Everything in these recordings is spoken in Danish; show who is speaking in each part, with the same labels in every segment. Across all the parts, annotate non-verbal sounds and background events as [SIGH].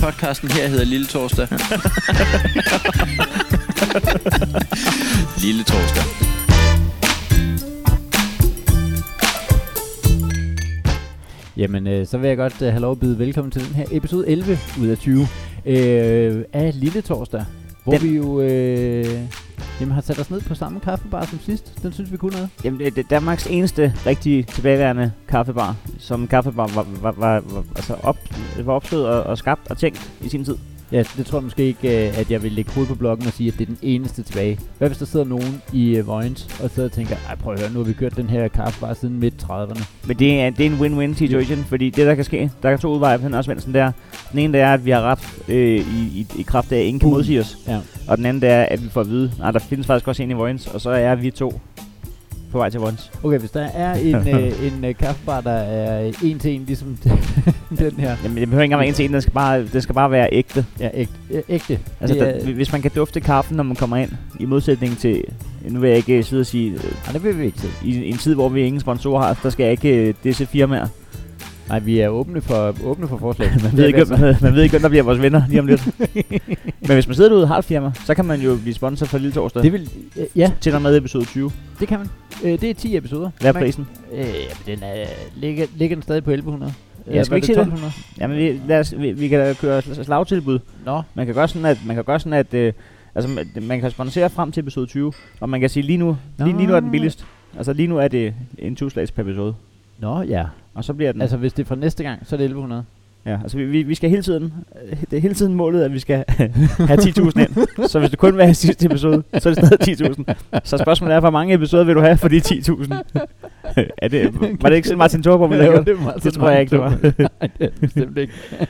Speaker 1: Podcasten her hedder Lille Torsdag. Lille Torsdag.
Speaker 2: Jamen, øh, så vil jeg godt øh, have lov at byde velkommen til den her episode 11 ud af 20 øh, af Lille Torsdag, hvor
Speaker 3: Den-
Speaker 2: vi jo øh, jamen, har sat os ned på samme kaffebar som sidst. Den synes vi kunne noget.
Speaker 3: Jamen, det det er Danmarks eneste rigtig tilbageværende kaffebar, som kaffebar var, var, var, var, altså op, var opstået og, og skabt og tænkt i sin tid.
Speaker 2: Ja, det tror jeg måske ikke, øh, at jeg vil lægge hovedet på blokken og sige, at det er den eneste tilbage. Hvad hvis der sidder nogen i øh, Vojens og sidder og tænker, ej prøv at høre, nu har vi kørt den her kaffebar siden midt 30'erne.
Speaker 3: Men det er, det er en win-win situation, fordi det der kan ske, der kan to udveje på den også, Svendsen, der. Den ene der er, at vi har ret øh, i, i, i kraft af, at ingen kan
Speaker 2: Boom.
Speaker 3: modsige os.
Speaker 2: Uh, Ja.
Speaker 3: Og den anden der er, at vi får at vide, at der findes faktisk også en i Vojens, og så er vi to på vej til Vojens.
Speaker 2: Okay, hvis der [LAUGHS] er en, øh, en øh, kaffebar, der er en til en ligesom [LAUGHS] den her.
Speaker 3: Jamen, det behøver ikke engang være en til en, den skal bare, den skal bare være ægte.
Speaker 2: Ja, ægte. Ja, ægte.
Speaker 3: Altså,
Speaker 2: det,
Speaker 3: yeah.
Speaker 2: er,
Speaker 3: der, hvis man kan dufte kaffen, når man kommer ind, i modsætning til, nu vil jeg ikke sidde og sige, øh,
Speaker 2: nej, det vil vi ikke til.
Speaker 3: i, i en tid, hvor vi ingen sponsorer har, der skal jeg ikke øh, disse firmaer.
Speaker 2: Nej, vi er åbne for, åbne for forslag.
Speaker 3: [LAUGHS] Man ved, ikke,
Speaker 2: altså?
Speaker 3: man, man ved ikke, hvem der bliver vores venner lige om lidt.
Speaker 2: [LAUGHS]
Speaker 3: Men hvis man sidder derude og har et firma, så kan man jo blive sponsor for Lille Torsdag.
Speaker 2: Det vil, øh, ja,
Speaker 3: til og med episode 20.
Speaker 2: det kan man. Øh, det er 10 episoder.
Speaker 3: Hvad er
Speaker 2: Man-
Speaker 3: prisen?
Speaker 2: Øh, jamen, den er, ligger, ligger den stadig på Øh, 1100.
Speaker 3: skal vi ikke sige det? Jamen, vi, lad os, vi, vi kan da køre sl- slagtilbud.
Speaker 2: det? Nå,
Speaker 3: Man kan gøre sådan, at... Man kan, gøre sådan, at øh, altså, man- man kan sponsere frem til episode 20, og man kan sige, lige nu, lige, lige nu er den
Speaker 2: Nå.
Speaker 3: billigst. Altså, lige nu er det en 20 slags per episode.
Speaker 2: nå ja.
Speaker 3: Og så bliver den...
Speaker 2: Altså, hvis det er fra næste gang, så er det 1100.
Speaker 3: Ja, altså vi, vi, vi skal hele tiden, øh, det er hele tiden målet, at vi skal [LAUGHS] have 10.000 ind. Så hvis det kun vil have sidste episode, så er det stadig 10.000. Så spørgsmålet er, hvor mange episoder vil du have for de 10.000? [LAUGHS] er det, var det ikke sådan Martin [LAUGHS] Thorborg, vi lavede?
Speaker 2: det, var
Speaker 3: Det tror jeg ikke, det var.
Speaker 2: [LAUGHS] Nej, det er det bestemt ikke. [LAUGHS]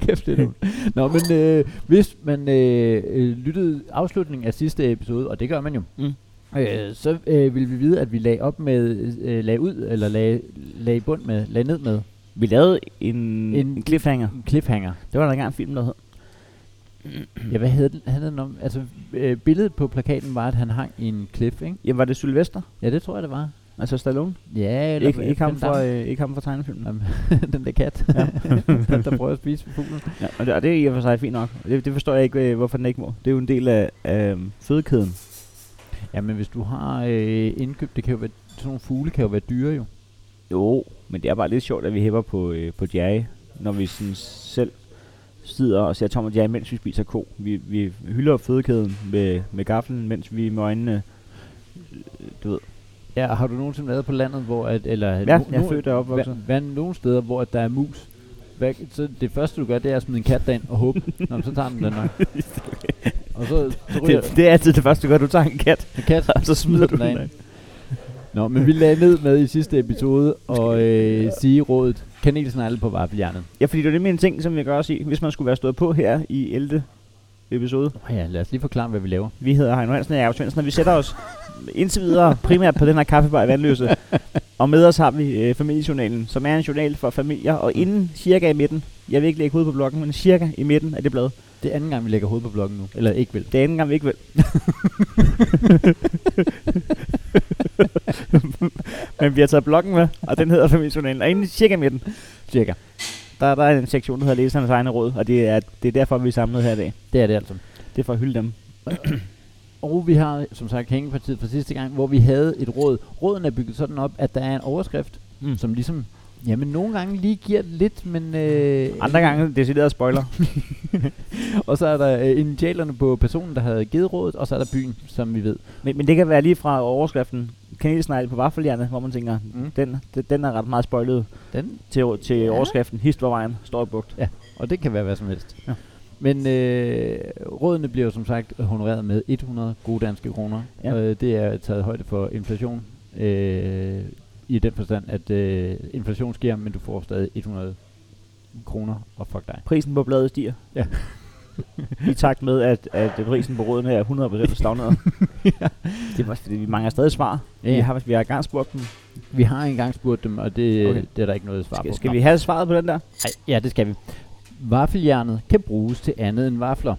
Speaker 2: Kæft, det er dumt. Nå, men øh, hvis man øh, øh, lyttede afslutningen af sidste episode, og det gør man jo,
Speaker 3: Mm.
Speaker 2: øh, så øh, ville vi vide, at vi lagde op med, øh, lagde ud, eller lagde, lagde i bund med, lagde ned med
Speaker 3: Vi lavede en,
Speaker 2: En-
Speaker 3: en, cliffhanger.
Speaker 2: en cliffhanger.
Speaker 3: Det var der engang en film, der hed. Mm.
Speaker 2: Ja, hvad hed den, handlede den om? Altså, øh, billedet på plakaten var, at han hang i en klip, ikke?
Speaker 3: Jamen, var det Sylvester?
Speaker 2: Ja, det tror jeg, det var.
Speaker 3: Altså Stallone?
Speaker 2: Ja, eller
Speaker 3: Ikke, ikke, ham
Speaker 2: den
Speaker 3: fra,
Speaker 2: dam-
Speaker 3: øh, ikke ham fra tegnefilmen.
Speaker 2: [LAUGHS] Jamen, [LAUGHS] den der kat, [LAUGHS]
Speaker 3: Ja.
Speaker 2: der, der prøver at spise fuglen.
Speaker 3: Ja, og, det, og det er i og for sig fint nok. Det, det forstår jeg ikke, øh, hvorfor den ikke må. Det er jo en del af, af fødekæden.
Speaker 2: Ja, men hvis du har øh, indkøbt, det kan jo være, sådan nogle fugle kan jo være dyre jo.
Speaker 3: Jo, men det er bare lidt sjovt, at vi hæpper på, øh, på Jerry, når vi sådan selv sidder og ser Tom og Jerry, mens vi spiser ko. Vi, vi hylder fødekæden med, med gaflen, mens vi med øjnene... øh, Du ved.
Speaker 2: Ja, og har du nogensinde været på landet, hvor at, eller
Speaker 3: Ja, jeg er født og opvokset.
Speaker 2: hva- hvad, nogle steder, hvor at der er mus? Hvad, så det første du gør, det er at smide en kat derind og håbe, Nå, men så tager den den
Speaker 3: [LAUGHS]
Speaker 2: nok. og så, så ryger
Speaker 3: Det, det, er altid det første, du gør. Du tager en kat, [LAUGHS]
Speaker 2: en kat,
Speaker 3: og så smider du den
Speaker 2: derind.
Speaker 3: af.
Speaker 2: Nå, men vi lagde ned med i sidste episode og øh, sige rådet, kanelsnegle på vaffeljernet.
Speaker 3: Ja, fordi det er nemlig en ting, som jeg gør også i, hvis man skulle være stået på her i 11. episode.
Speaker 2: Oh ja, lad os lige forklare, hvad vi laver.
Speaker 3: Vi hedder Heino Hansen og Jacob Svendsen, og vi sætter os indtil videre primært på den her kaffebar i Vandløse. Og med os har vi øh, familiejournalen, som er en journal for familier. Og inden cirka i midten, jeg vil ikke lægge hovedet på blokken, men cirka i midten af det blad.
Speaker 2: Det er anden gang, vi lægger hovedet på bloggen nu. Eller ikke vel.
Speaker 3: Det er anden gang, vi ikke vil. [LAUGHS] men vi har taget blokken med, og den hedder familiejournalen. Og inden cirka i midten,
Speaker 2: Cirka.
Speaker 3: der, der er en sektion, der hedder Læsernes egne råd. Og det er, det er derfor, vi er samlet her i dag.
Speaker 2: Det er det altså.
Speaker 3: Det er for at hylde dem.
Speaker 2: Og vi har, som sagt, hængepartiet fra sidste gang, hvor vi havde et råd. Råden er bygget sådan op, at der er en overskrift,
Speaker 3: Mm.
Speaker 2: som ligesom... Jamen, nogle gange lige giver lidt, men... Øh,
Speaker 3: Andre gange, decideret spoiler.
Speaker 2: Og så er der øh, initialerne på personen, der havde givet rådet, og så er der byen, som vi ved.
Speaker 3: Men, men det kan være lige fra overskriften kanelsnegle på vaffeljernet, hvor man tænker,
Speaker 2: Mm.
Speaker 3: den, den, den er ret meget spoilet
Speaker 2: Den,
Speaker 3: til, til ja. overskriften Hist var vejen, står i bugt.
Speaker 2: og det kan være hvad som helst.
Speaker 3: Ja.
Speaker 2: Men øh, rådene bliver jo som sagt honoreret med 100 gode danske kroner.
Speaker 3: Ja.
Speaker 2: Øh, det er taget højde for inflation. Øh, I den forstand, at øh, inflation sker, men du får stadig 100 kroner, og fuck dig.
Speaker 3: Prisen på bladet stiger.
Speaker 2: Ja.
Speaker 3: [LAUGHS] I takt med, at, at prisen på rådene er
Speaker 2: [LAUGHS]
Speaker 3: 100% stagneret. Det er også fordi, vi mangler stadig svar.
Speaker 2: Ja, ja.
Speaker 3: Vi har, vi har gang spurgt dem.
Speaker 2: Vi har engang spurgt dem, og det, okay.
Speaker 3: Okay.
Speaker 2: det er der ikke noget svar
Speaker 3: Skal,
Speaker 2: på.
Speaker 3: skal
Speaker 2: Nå.
Speaker 3: vi have svaret på den der?
Speaker 2: Ej, ja, det skal vi. Vaffeljernet kan bruges til andet end vafler.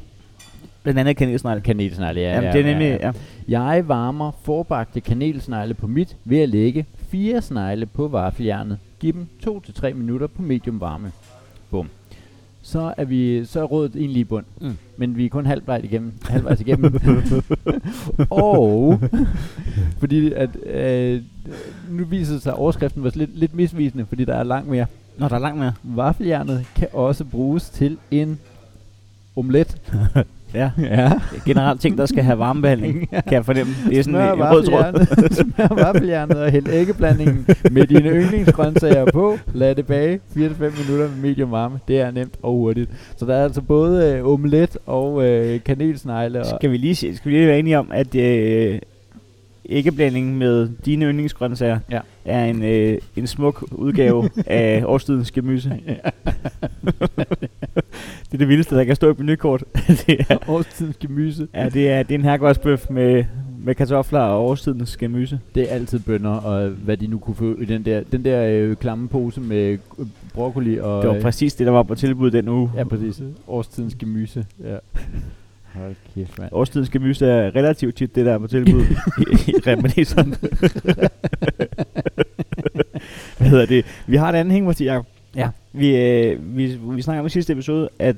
Speaker 3: Blandt andet kanelsnegle.
Speaker 2: Kanelsnegle, ja.
Speaker 3: Ja, Jamen,
Speaker 2: ja,
Speaker 3: det er nemlig...
Speaker 2: Ja,
Speaker 3: Ja, ja.
Speaker 2: ja. Jeg varmer forbagte kanelsnegle på mit ved at lægge fire snegle på vaffeljernet. Giv dem 2-3 minutter på medium varme. Bum. så er, vi, så er rådet egentlig i bund.
Speaker 3: Mm.
Speaker 2: Mm. Men vi er kun halvvejs igennem. Halvvejs [LAUGHS] igennem. og fordi at, øh, nu viser det sig, at overskriften var lidt, lidt misvisende, fordi der er langt mere.
Speaker 3: Nå, der er
Speaker 2: [LAUGHS]
Speaker 3: langt mere.
Speaker 2: Vaffeljernet kan også bruges til en omelet.
Speaker 3: Ja.
Speaker 2: Ja.
Speaker 3: Generelt ting, der skal have varmebehandling, kan jeg fornemme. Det er sådan
Speaker 2: Smør
Speaker 3: en, en rød tråd. [LAUGHS]
Speaker 2: vaffeljernet- Smør vaffeljernet og hæld æggeblandingen med dine yndlingsgrøntsager på. Lad det bage 4-5 minutter med medium varme. Det er nemt og hurtigt. Så der er altså både øh, omelet og øh, kanelsnegle. Og
Speaker 3: Skal vi lige, se- skal vi lige være enige om, at øh, æggeblanding med dine yndlingsgrøntsager
Speaker 2: Ja.
Speaker 3: er en, øh, en smuk udgave af årstidens gemyse. [LAUGHS] det er det vildeste, der kan stå i menukort. [LAUGHS] det
Speaker 2: [LAUGHS]
Speaker 3: er,
Speaker 2: årstidens gemyse.
Speaker 3: ja, det er, det er en herregårdsbøf med, med kartofler og årstidens gemyse.
Speaker 2: Det er altid bønder, og hvad de nu kunne få i den der, den der øh, klamme pose med øh, broccoli og...
Speaker 3: Det var præcis det, der var på tilbud den uge.
Speaker 2: Ja, præcis. Årstidens gemyse. Ja. Hold kæft, mand.
Speaker 3: Årstidens gemyse er relativt tit det, der er på
Speaker 2: [LAUGHS]
Speaker 3: tilbud i, i reminiscen. Hvad hedder det? Vi har et andet hængeparti, Jacob.
Speaker 2: Ja.
Speaker 3: Vi, øh, vi, vi snakker om i sidste episode, at,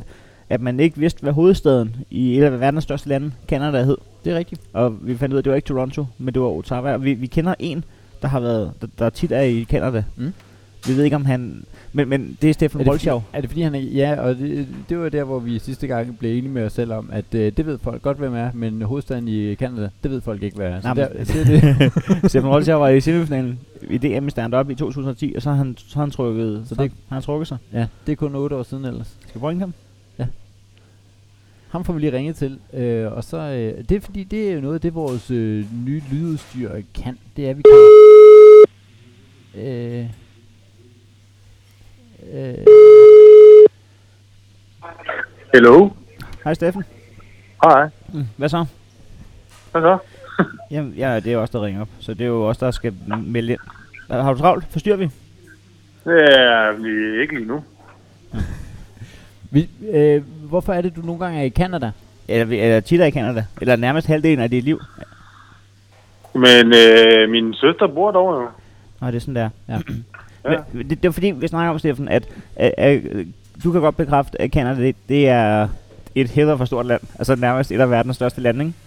Speaker 3: at man ikke vidste, hvad hovedstaden i et af verdens største lande, Canada, hed.
Speaker 2: Det er rigtigt.
Speaker 3: Og vi fandt ud af, at det var ikke Toronto, men det var Ottawa. Og vi, vi kender en, der har været, der, der tit er i Canada.
Speaker 2: Mm.
Speaker 3: Vi ved ikke, om han... Men, men det er
Speaker 2: Er
Speaker 3: Stefan
Speaker 2: det, fordi,
Speaker 3: Bolshav.
Speaker 2: er det fordi, han er... Ja, og det, det var der, hvor vi sidste gang blev enige med os selv om, at øh, det ved folk godt, hvem er, men hovedstaden i Canada, det ved folk ikke, hvad er. Så
Speaker 3: Nej, men-
Speaker 2: der, det, er det.
Speaker 3: Stefan Holtz var i semifinalen i DM i stand-up i 2010, og så har han, så har han trukket, så,
Speaker 2: Så
Speaker 3: så det,
Speaker 2: det-
Speaker 3: har han trukket sig.
Speaker 2: ja, det er kun 8 år siden ellers.
Speaker 3: Skal vi prøve ham?
Speaker 2: Ham får vi lige ringet til, øh, og så... Øh, det er fordi, det er jo noget af det, vores øh, nye lydudstyr kan. Det er, vi kan... Øh, øh,
Speaker 4: Hello.
Speaker 3: Hej Steffen.
Speaker 4: Hej.
Speaker 3: Mm. Hvad så?
Speaker 4: Hvad så?
Speaker 3: Jamen, ja, det er også der ringer op, så det er jo også der skal m- melde ind. Har har du travlt? Forstyrrer vi?
Speaker 4: Ja, vi er ikke lige nu.
Speaker 2: vi, øh, hvorfor er det, du nogle gange er i Canada?
Speaker 3: Eller, vi- eller tit er i Canada? Eller nærmest halvdelen af dit liv?
Speaker 4: Men øh, min søster bor derovre jo.
Speaker 3: Nej, det er sådan der. [CLEARS THROAT]
Speaker 2: Ja.
Speaker 4: Ja.
Speaker 3: Men, det, det, var fordi, vi snakker om, Steffen, at, at, at, at du kan godt bekræfte, at Canada, det, det er et heller for stort land. Altså nærmest et af verdens største lande, ikke?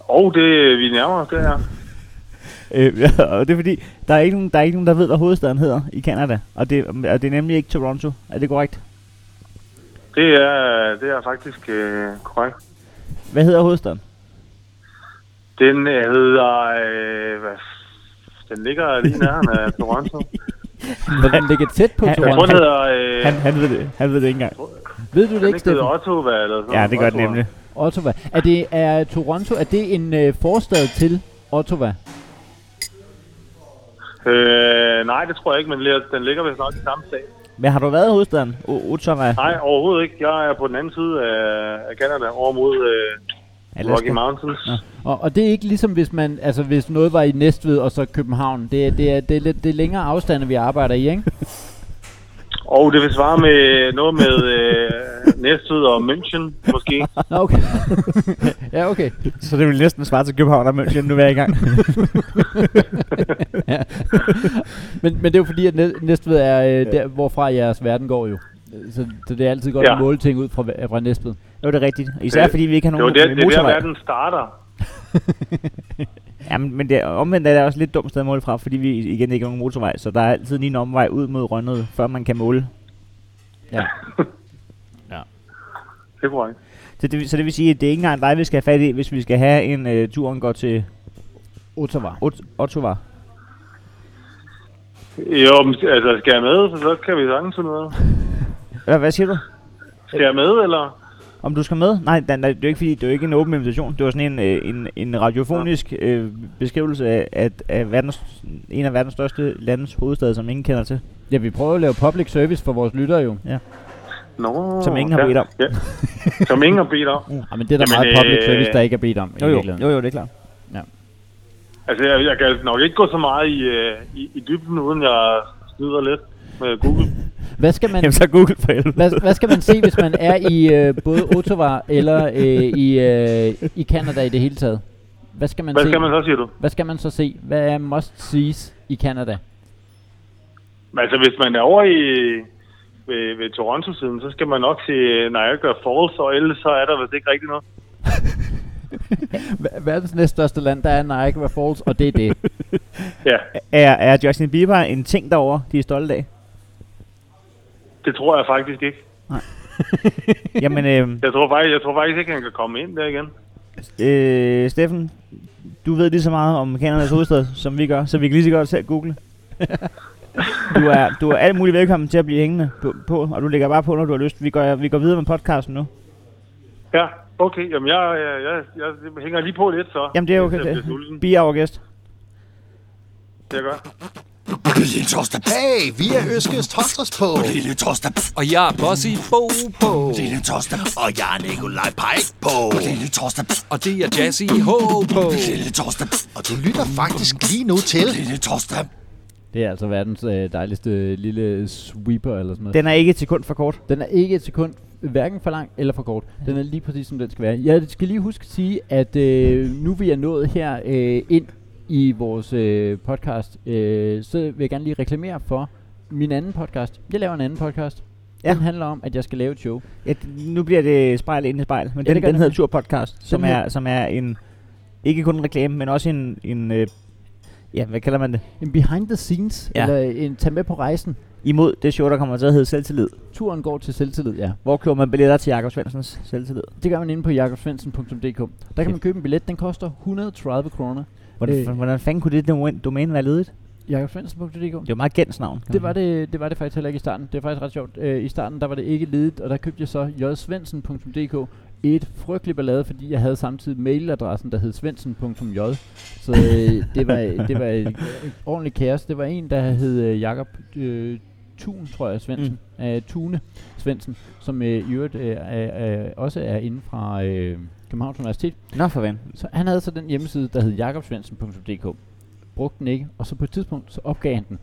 Speaker 4: Og det, vi nærmer os det her.
Speaker 3: Øh, [LAUGHS] ja, og det er fordi, der er, ikke nogen, der er ikke nogen, der ved, hvad hovedstaden hedder i Canada. Og det, og det er nemlig ikke Toronto. Er det korrekt?
Speaker 4: Det er, det er faktisk øh, korrekt.
Speaker 3: Hvad hedder hovedstaden?
Speaker 4: Den hedder... Øh, hvad? f- Den ligger lige nærheden af
Speaker 3: [LAUGHS]
Speaker 4: Toronto.
Speaker 2: Når den ligger tæt på
Speaker 3: Han-
Speaker 4: Jeg tror,
Speaker 2: Toronto.
Speaker 4: den hedder... Øh,
Speaker 3: Han, han, ved det, han ved det ikke engang.
Speaker 2: Ved du det
Speaker 4: den
Speaker 2: ikke,
Speaker 4: ikke hedder
Speaker 2: Steffen?
Speaker 4: Ottawa eller sådan
Speaker 3: Ja, det gør det
Speaker 4: Ottawa.
Speaker 3: nemlig.
Speaker 2: Ottawa. Er det er Toronto? Er det en øh, forstad til Ottawa?
Speaker 4: Øh, nej, det tror jeg ikke, men li- den ligger vist nok i samme sag.
Speaker 3: Men har du været i hovedstaden? O- Ottawa?
Speaker 4: Nej, overhovedet ikke. Jeg er på den anden side af, af Canada, over mod øh, Rocky
Speaker 3: Alaska?
Speaker 4: Mountains.
Speaker 3: Nå.
Speaker 2: Og, og det er ikke ligesom hvis man altså hvis noget var i Næstved og så København. Det er det er det er, lidt, det er længere afstande vi arbejder i, ikke?
Speaker 4: Og det vil svare med noget med øh, Næstved og München,
Speaker 3: [LAUGHS]
Speaker 4: måske.
Speaker 2: Nå, okay. [LAUGHS] ja, okay.
Speaker 3: [LAUGHS] Så det vil næsten svare til København og München, nu er jeg i gang.
Speaker 2: Ja. men, men det er jo fordi at Næ- Næstved er øh, der hvorfra jeres verden går jo. Så, så det er altid godt
Speaker 4: Ja.
Speaker 2: at måle ting ud fra fra Næstved.
Speaker 3: [LAUGHS] Jo, det er rigtigt. Især
Speaker 4: Det-
Speaker 3: fordi vi ikke har
Speaker 4: Øh, Det var
Speaker 3: nogen
Speaker 4: der, det er der,
Speaker 3: motorvej.
Speaker 4: verden starter.
Speaker 3: Ja, men, men det, er- omvendt er det også lidt dumt sted at måle fra, fordi vi igen ikke har nogen motorvej. Så der er altid lige en omvej ud mod Rønnede, før man kan måle.
Speaker 2: Ja.
Speaker 4: Det er korrekt.
Speaker 3: Så det, vil- så det vil sige, at det er ikke engang dig, vi skal have fat i, hvis vi skal have en øh, turen går til
Speaker 2: Ottawa.
Speaker 3: Ot- Ottawa.
Speaker 4: Jo, men altså, skal jeg med, så kan vi sagtens finde noget.
Speaker 3: Hvad, hvad siger du?
Speaker 4: Skal jeg med, eller?
Speaker 3: Om du skal med? Nej, da, nej, det er jo ikke fordi, det er jo ikke en åben invitation. Det var sådan en, øh, en, en radiofonisk øh, beskrivelse af, at, af verdens, en af verdens største landes hovedstad, som ingen kender til.
Speaker 2: Ja, vi prøver at lave public service for vores lyttere jo.
Speaker 4: Nå,
Speaker 3: Som ingen har
Speaker 4: ja,
Speaker 3: bedt om.
Speaker 4: Ja. Som ingen har bedt om.
Speaker 2: Ja, Ah, men det er der
Speaker 4: Jamen,
Speaker 2: meget public
Speaker 4: øh,
Speaker 2: service der ikke er bedt om. i virkeligheden.
Speaker 3: jo, jo, det er klart.
Speaker 4: Altså, jeg, jeg kan nok ikke gå så meget i, øh, i, i dybden, uden jeg snyder lidt med Google.
Speaker 2: Hvad skal man
Speaker 3: [LAUGHS] Jamen så Google for helvede.
Speaker 2: Hvad, hvad skal man se, hvis man er i øh, både Ottawa eller øh, i, øh, i Canada i det hele taget? Hvad skal man
Speaker 4: Hvad
Speaker 2: se?
Speaker 4: skal man så, siger du?
Speaker 2: Hvad skal man så se? Hvad er must sees i Canada?
Speaker 4: Altså, hvis man er over i, ved, ved Toronto-siden, så skal man nok se øh, Niagara Falls, og ellers så er der vist ikke rigtig noget.
Speaker 2: Ver- Verdens næststørste land, der er Niagara Falls, og det er det.
Speaker 4: Ja,
Speaker 3: [LAUGHS] Er, er Justin Bieber en ting derovre, de er
Speaker 2: [LAUGHS]
Speaker 3: stolte af?
Speaker 4: det tror jeg faktisk ikke.
Speaker 3: Jamen, øh,
Speaker 4: Jeg tror faktisk, jeg tror faktisk ikke, han kan komme ind der igen.
Speaker 3: øh, Steffen, du ved lige så meget om Kanadas hovedstad, som vi gør, så vi kan lige så godt selv google. du, er, du er alt muligt velkommen til at blive hængende på, på, og du lægger bare på, når du har lyst. Vi går, vi går videre med podcasten nu.
Speaker 4: Ja, okay. Jamen, jeg, jeg, jeg, jeg hænger lige på lidt, så.
Speaker 3: Jamen, det er okay.
Speaker 4: Hvis jeg bliver sulten.
Speaker 3: Det. Be our guest.
Speaker 4: Det jeg gør.
Speaker 5: Lille torsdag.
Speaker 6: Hey, vi er Øskes Torsdags på.
Speaker 5: Lille torsdag.
Speaker 1: Og jeg er Bossy Bo på.
Speaker 5: Lille torsdag.
Speaker 6: Og jeg er Nikolaj Pajk på.
Speaker 5: Lille torsdag.
Speaker 1: Og det er Jazzy H på.
Speaker 5: Lille torsdag.
Speaker 6: Og du lytter faktisk lige nu til
Speaker 5: Lille torsdag.
Speaker 2: Det er altså verdens øh, dejligste lille sweeper eller sådan noget.
Speaker 3: Den er ikke et sekund for kort.
Speaker 2: Den er ikke et sekund hverken for lang eller for kort. Den er lige præcis, som den skal være. Jeg skal lige huske at sige, at øh, nu vi er nået her øh, ind i vores øh, podcast, øh, så vil jeg gerne lige reklamere for min anden podcast. Jeg laver en anden podcast. Ja.
Speaker 3: Ja.
Speaker 2: Den handler om, at jeg skal lave et show.
Speaker 3: Ja, d- nu bliver det spejl ind i spejl, men
Speaker 2: Ja, det
Speaker 3: ja, den,
Speaker 2: gør
Speaker 3: den
Speaker 2: det.
Speaker 3: hedder Turpodcast, som
Speaker 2: her.
Speaker 3: er, som er en, ikke kun en reklame, men også en, en øh, ja, hvad kalder man det?
Speaker 2: En behind the scenes, ja.
Speaker 3: Ja.
Speaker 2: eller en tag med på rejsen.
Speaker 3: Imod det show, der kommer til at hedde Selvtillid.
Speaker 2: Turen går til selvtillid, ja.
Speaker 3: Hvor køber man billetter til Jakob Svendsens Selvtillid?
Speaker 2: Det gør man inde på jakobsvendsen.dk. Der kan man købe en billet, den koster 130 kroner.
Speaker 3: Hvordan,
Speaker 2: Øh.
Speaker 3: øh. hvordan fanden kunne det domæ- domæne være ledigt?
Speaker 2: jakobsvendsen.dk
Speaker 3: Det var meget gængs navn. kan
Speaker 2: Det
Speaker 3: man
Speaker 2: var
Speaker 3: sige.
Speaker 2: det, det var det faktisk heller ikke i starten. Det var faktisk ret sjovt. Øh, I starten der var det ikke ledigt, og der købte jeg så jsvensen.dk et frygteligt ballade, fordi jeg havde samtidig mailadressen, der hed svensen.j. Så øh, det var, det var et, et ordentligt kaos. Det var en, der hed øh, Jakob øh, Thun, tror jeg, Svensen. Mm. Øh, Tune Svensen, som øh, i øvrigt øh, er, øh, også er inde fra øh, Københavns Universitet.
Speaker 3: Nå for vand.
Speaker 2: Så han havde så den hjemmeside, der hed jakobsvensen.dk. Brugte den ikke, og så på et tidspunkt, så opgav han den.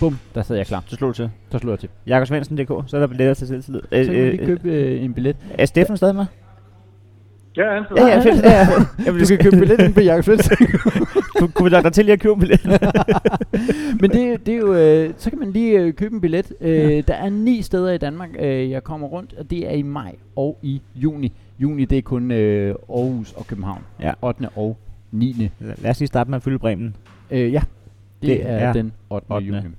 Speaker 2: Bum, der sad jeg klar.
Speaker 3: Så slog til.
Speaker 2: Så slog jeg til.
Speaker 3: Jakob Svendsen.dk, så er der billetter til Selvtillid. Øh,
Speaker 2: Så kan man lige
Speaker 3: øh, øh,
Speaker 2: købe øh, en billet.
Speaker 3: er Steffen stadig med?
Speaker 4: Ja, han
Speaker 3: Ja,
Speaker 2: [LAUGHS]
Speaker 3: ja,
Speaker 2: han
Speaker 3: fedt.
Speaker 2: er-
Speaker 3: Ja, ja. Jamen,
Speaker 2: Du kan købe billet ind på Jakob Svendsen.
Speaker 3: [LAUGHS] du, kunne vi lade dig til lige at købe en billet?
Speaker 2: [LAUGHS] Men det, det er jo, øh, så kan man lige øh, købe en billet. Øh, ja. Der er ni steder i Danmark, øh, jeg kommer rundt, og det er i maj og i juni. Juni, det er kun øh, Aarhus og København.
Speaker 3: Ja.
Speaker 2: 8. og 9.
Speaker 3: [LAUGHS] Lad os lige starte med at fylde bremen.
Speaker 2: Øh, ja, det, det
Speaker 3: Det
Speaker 2: er, er
Speaker 3: er
Speaker 2: den 8. 8.
Speaker 3: ottende.
Speaker 2: juni.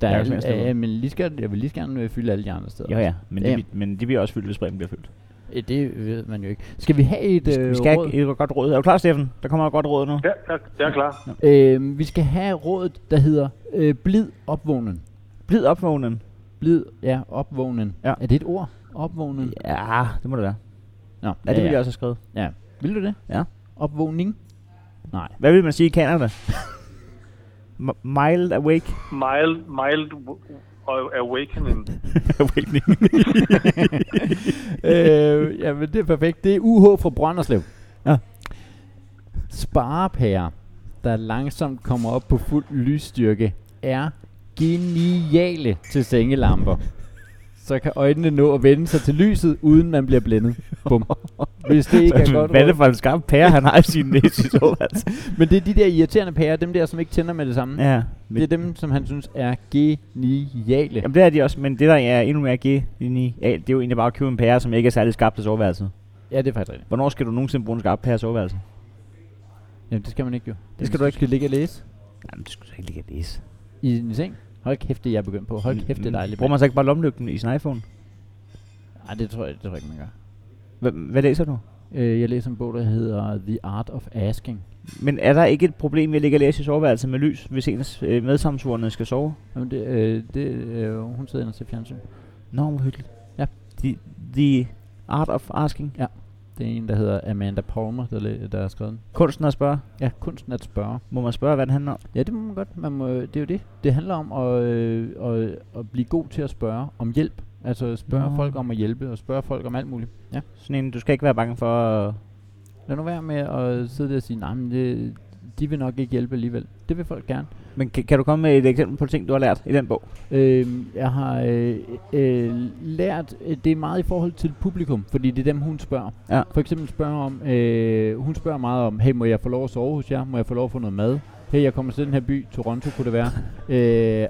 Speaker 2: Der
Speaker 3: Jakob
Speaker 2: er,
Speaker 3: Svendsen
Speaker 2: øh,
Speaker 3: derude.
Speaker 2: øh, men lige skal, jeg vil lige gerne øh, fylde alle de andre steder.
Speaker 3: Jo ja, men
Speaker 2: Ja.
Speaker 3: det, bli- men det bliver også fyldt, hvis bremen bliver fyldt.
Speaker 2: Øh, Det ved man jo ikke. Skal vi have et øh,
Speaker 3: Vi skal
Speaker 2: råd?
Speaker 3: have et godt råd. Er du klar, Steffen? Der kommer et godt råd nu.
Speaker 4: Ja, jeg, jeg er klar.
Speaker 2: Øh, vi skal have rådet, der hedder øh, blid opvågnen.
Speaker 3: Blid opvågnen.
Speaker 2: Blid, ja, opvågnen.
Speaker 3: Ja.
Speaker 2: Er det et ord? Opvågnen?
Speaker 3: Ja, det må det være.
Speaker 2: Nå,
Speaker 3: Ja, det ville jeg også have skrevet.
Speaker 2: Ja. Vil du det?
Speaker 3: Ja.
Speaker 2: Opvågning? Nej.
Speaker 3: Hvad vil man sige i Canada? M- mild awake
Speaker 4: Mild, mild w- w- awakening.
Speaker 3: [LAUGHS] awakening.
Speaker 2: [LAUGHS] øh, ja, men det er perfekt. Det er UH fra Brønderslev.
Speaker 3: Ja.
Speaker 2: Sparepærer, der langsomt kommer op på fuld lysstyrke, er geniale til sengelamper. Så kan øjnene nå at vende sig til lyset, uden man bliver blændet. Bum. Hvis det ikke er godt
Speaker 3: [LAUGHS] Hvad er det
Speaker 2: råd.
Speaker 3: for en skarp pære, han har i sin
Speaker 2: [LAUGHS]
Speaker 3: næse i soveværelset?
Speaker 2: Men det er de der irriterende pærer, dem der, som ikke tænder med det samme.
Speaker 3: Ja, men,
Speaker 2: Det er dem, som han synes er geniale.
Speaker 3: jamen det er de også, men det der er endnu mere genialt, det er jo egentlig bare at købe en pære, som ikke er særlig skarp til soveværelset.
Speaker 2: Ja, det er faktisk rigtigt.
Speaker 3: Hvornår skal du nogensinde bruge en skarp pære i soveværelset?
Speaker 2: Jamen, det skal man ikke jo.
Speaker 3: Det skal du ikke.
Speaker 2: skal ligge og læse
Speaker 3: Jamen, det skulle du ikke lige læse.
Speaker 2: i din seng. Hold kæft, det er jeg begyndt på. Hold kæft, det er dejligt.
Speaker 3: Mm, Bruger man så ikke bare lommelygten i sin iPhone?
Speaker 2: Nej, det tror jeg, det tror jeg ikke, man gør.
Speaker 3: Hva- Hvad læser du?
Speaker 2: Øh, jeg læser en bog, der hedder The Art of Asking.
Speaker 3: Men er der ikke et problem ved at ligge og læse i soveværelset med lys, hvis ens øh, medsamsvorene skal sove?
Speaker 2: Jamen, det, øh, det, øh, hun sidder inde og ser fjernsyn.
Speaker 3: Nå, hvor hyggeligt.
Speaker 2: Ja.
Speaker 3: The, the Art of Asking.
Speaker 2: Det er en, der hedder Amanda Palmer, der, læ- der har skrevet den.
Speaker 3: Kunsten at spørge.
Speaker 2: Ja, kunsten at spørge.
Speaker 3: Må man spørge, hvad den handler om?
Speaker 2: Ja, det må man godt. Man må, det er jo det. Det handler om at, øh, at, at blive god til at spørge om hjælp. Altså spørge
Speaker 3: Nå.
Speaker 2: folk om at hjælpe, og spørge folk om alt muligt. Ja.
Speaker 3: Sådan en, du skal ikke være bange for... øh,
Speaker 2: Lad nu være med at sidde der og sige, nej, men det, de vil nok ikke hjælpe alligevel. Det vil folk gerne.
Speaker 3: Men kan, kan du komme med et eksempel på ting, du har lært i den bog?
Speaker 2: Øhm, jeg har øh, øh, lært, øh, det er meget i forhold til publikum, fordi det er dem, hun spørger.
Speaker 3: Ja.
Speaker 2: For eksempel spørger om, øh, hun spørger meget om, hey, må jeg få lov at sove hos jer? Må jeg få lov at få noget mad? hey, jeg kommer til den her by, Toronto kunne det
Speaker 3: [LAUGHS]
Speaker 2: være. øh,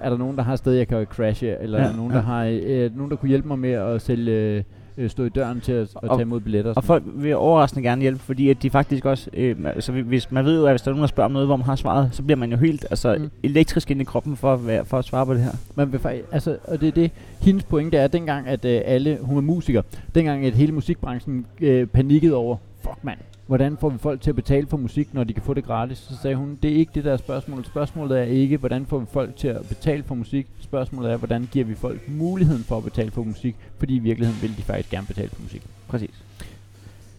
Speaker 2: er der nogen, der har et sted, jeg kan crashe? Eller ja, er
Speaker 3: Ja,
Speaker 2: der nogen,
Speaker 3: ja.
Speaker 2: der har øh, nogen, der kunne hjælpe mig med at sælge, øh, stå i døren til at, at
Speaker 3: Og-
Speaker 2: tage imod billetter?
Speaker 3: Og folk vil overraskende gerne hjælpe, fordi at de faktisk også... Øh, altså, hvi- hvis man ved jo, at hvis der er nogen, der spørger om noget, hvor man har svaret, så bliver man jo helt altså,
Speaker 2: Mm.
Speaker 3: mm. elektrisk ind i kroppen for at, være, for at svare på det her.
Speaker 2: Man vil faktisk, altså, og det er det, hendes pointe er, at dengang, at øh, alle, hun var musiker, dengang, at hele musikbranchen øh, panikkede over, fuck mand, hvordan får vi folk til at betale for musik, når de kan få det gratis? Så sagde hun, det er ikke det der er spørgsmål. Spørgsmålet er ikke, hvordan får vi folk til at betale for musik. Spørgsmålet er, hvordan giver vi folk muligheden for at betale for musik, fordi i virkeligheden vil de faktisk gerne betale for musik.
Speaker 3: Præcis.
Speaker 2: Så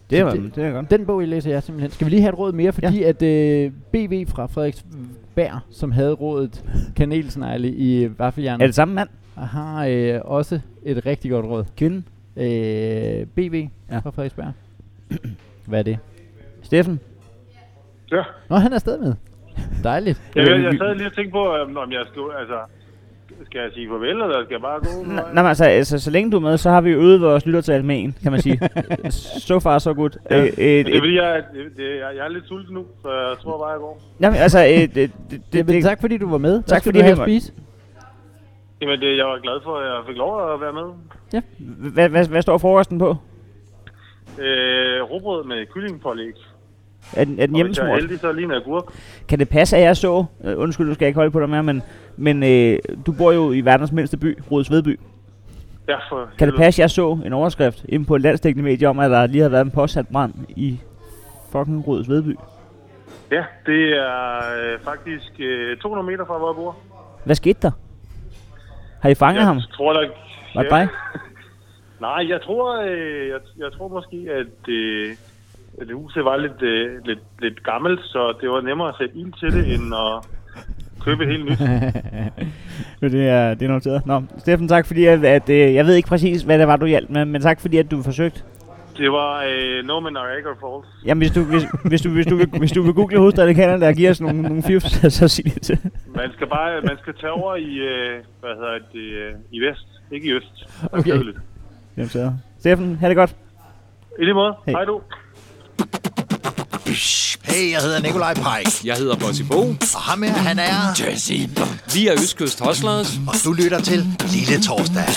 Speaker 3: Det er,
Speaker 2: det-
Speaker 3: det, det er godt.
Speaker 2: Den bog, jeg læser jeg simpelthen. Skal vi lige have et råd mere? Fordi ja. at øh, BV fra Frederiksberg, som havde rådet kanelsnegle i øh,
Speaker 3: Er
Speaker 2: vaffeljernet,
Speaker 3: det samme mand?
Speaker 2: har øh, også et rigtig godt råd.
Speaker 3: Kvinde?
Speaker 2: Øh, BV ja.
Speaker 3: Ja.
Speaker 2: fra Frederiksberg. [CLEARS THROAT] Hvad er det?
Speaker 3: Steffen?
Speaker 4: Ja.
Speaker 2: Nå, han er stadig med. Dejligt.
Speaker 4: Jeg, jeg, jeg
Speaker 3: vi-
Speaker 4: sad lige og tænkte på, øhm, om jeg skulle, altså, skal jeg sige farvel, eller skal jeg bare gå?
Speaker 3: Nå, nej, men altså, altså, så længe du er med, så har vi jo øget vores lyttertal med en, kan man
Speaker 4: [LAUGHS]
Speaker 3: sige. so far, so good.
Speaker 4: Ja.
Speaker 3: Øh, øh,
Speaker 4: Men det er
Speaker 3: øh,
Speaker 4: fordi, jeg, det, det, jeg, jeg er lidt sulten nu, så jeg tror bare, jeg går.
Speaker 3: Jamen, altså, øh, det, det, det,
Speaker 2: Jamen,
Speaker 3: det,
Speaker 2: tak fordi du var med. Hvad
Speaker 3: tak
Speaker 2: skal
Speaker 3: fordi
Speaker 2: du have
Speaker 3: vi
Speaker 2: at
Speaker 3: måtte.
Speaker 2: spise?
Speaker 4: Jamen, det, jeg var glad for, at jeg fik lov at være med.
Speaker 3: hvad, hvad, hvad står frokosten på?
Speaker 4: Øh, råbrød med kyllingpålæg.
Speaker 3: Er den, er den
Speaker 4: Og hvis jeg er
Speaker 3: hjemmesmurt?
Speaker 4: heldig, så lige en agurk.
Speaker 3: Kan det passe, at jeg så... Øh, undskyld, du skal ikke holde på dig mere, men, men øh, du bor jo i verdens mindste by, Rødsvedby.
Speaker 4: Ja, for
Speaker 3: Kan det passe, at jeg så en overskrift inde på et landstækkende medie om, at der lige havde været en påsat brand i fucking Rødsvedby?
Speaker 4: Ja, det er øh, faktisk øh, 200 meter fra, hvor jeg bor.
Speaker 3: Hvad skete der? Har I fanget
Speaker 4: Jeg
Speaker 3: ham?
Speaker 4: tror, der...
Speaker 3: Var det dig?
Speaker 4: Nej, jeg tror, øh, jeg, jeg tror måske, at, øh, at det huset var lidt, øh, lidt, lidt gammelt, så det var nemmere at sætte ild til det, end at købe et
Speaker 3: [LAUGHS]
Speaker 4: helt nyt.
Speaker 3: Ja, Det er, det er noteret. Nå, Steffen, tak fordi, at, at øh, jeg ved ikke præcis, hvad det var, du hjalp med, men tak fordi, at du forsøgte.
Speaker 4: Det var øh, Norman Niagara Falls.
Speaker 3: Jamen, hvis du, hvis, hvis du, hvis du, vil, hvis du vil google hovedstaden i Canada og give os nogle, nogle fifs, [LAUGHS] så sig det til.
Speaker 4: Man skal bare man skal tage over i, øh, hvad hedder det, øh, i vest, ikke i øst. Det er
Speaker 2: Okay.
Speaker 4: kedeligt.
Speaker 3: Jamen, så. Steffen, ha' det godt.
Speaker 4: I lige måde.
Speaker 3: Hey.
Speaker 4: Hej du.
Speaker 6: Hey, jeg hedder Nikolaj Pike.
Speaker 1: Jeg hedder Bossy Bo.
Speaker 6: Og ham her, han er...
Speaker 5: Jazzy.
Speaker 1: Vi er Østkyst Hoslers.
Speaker 6: Og du lytter til Lille Torsdag.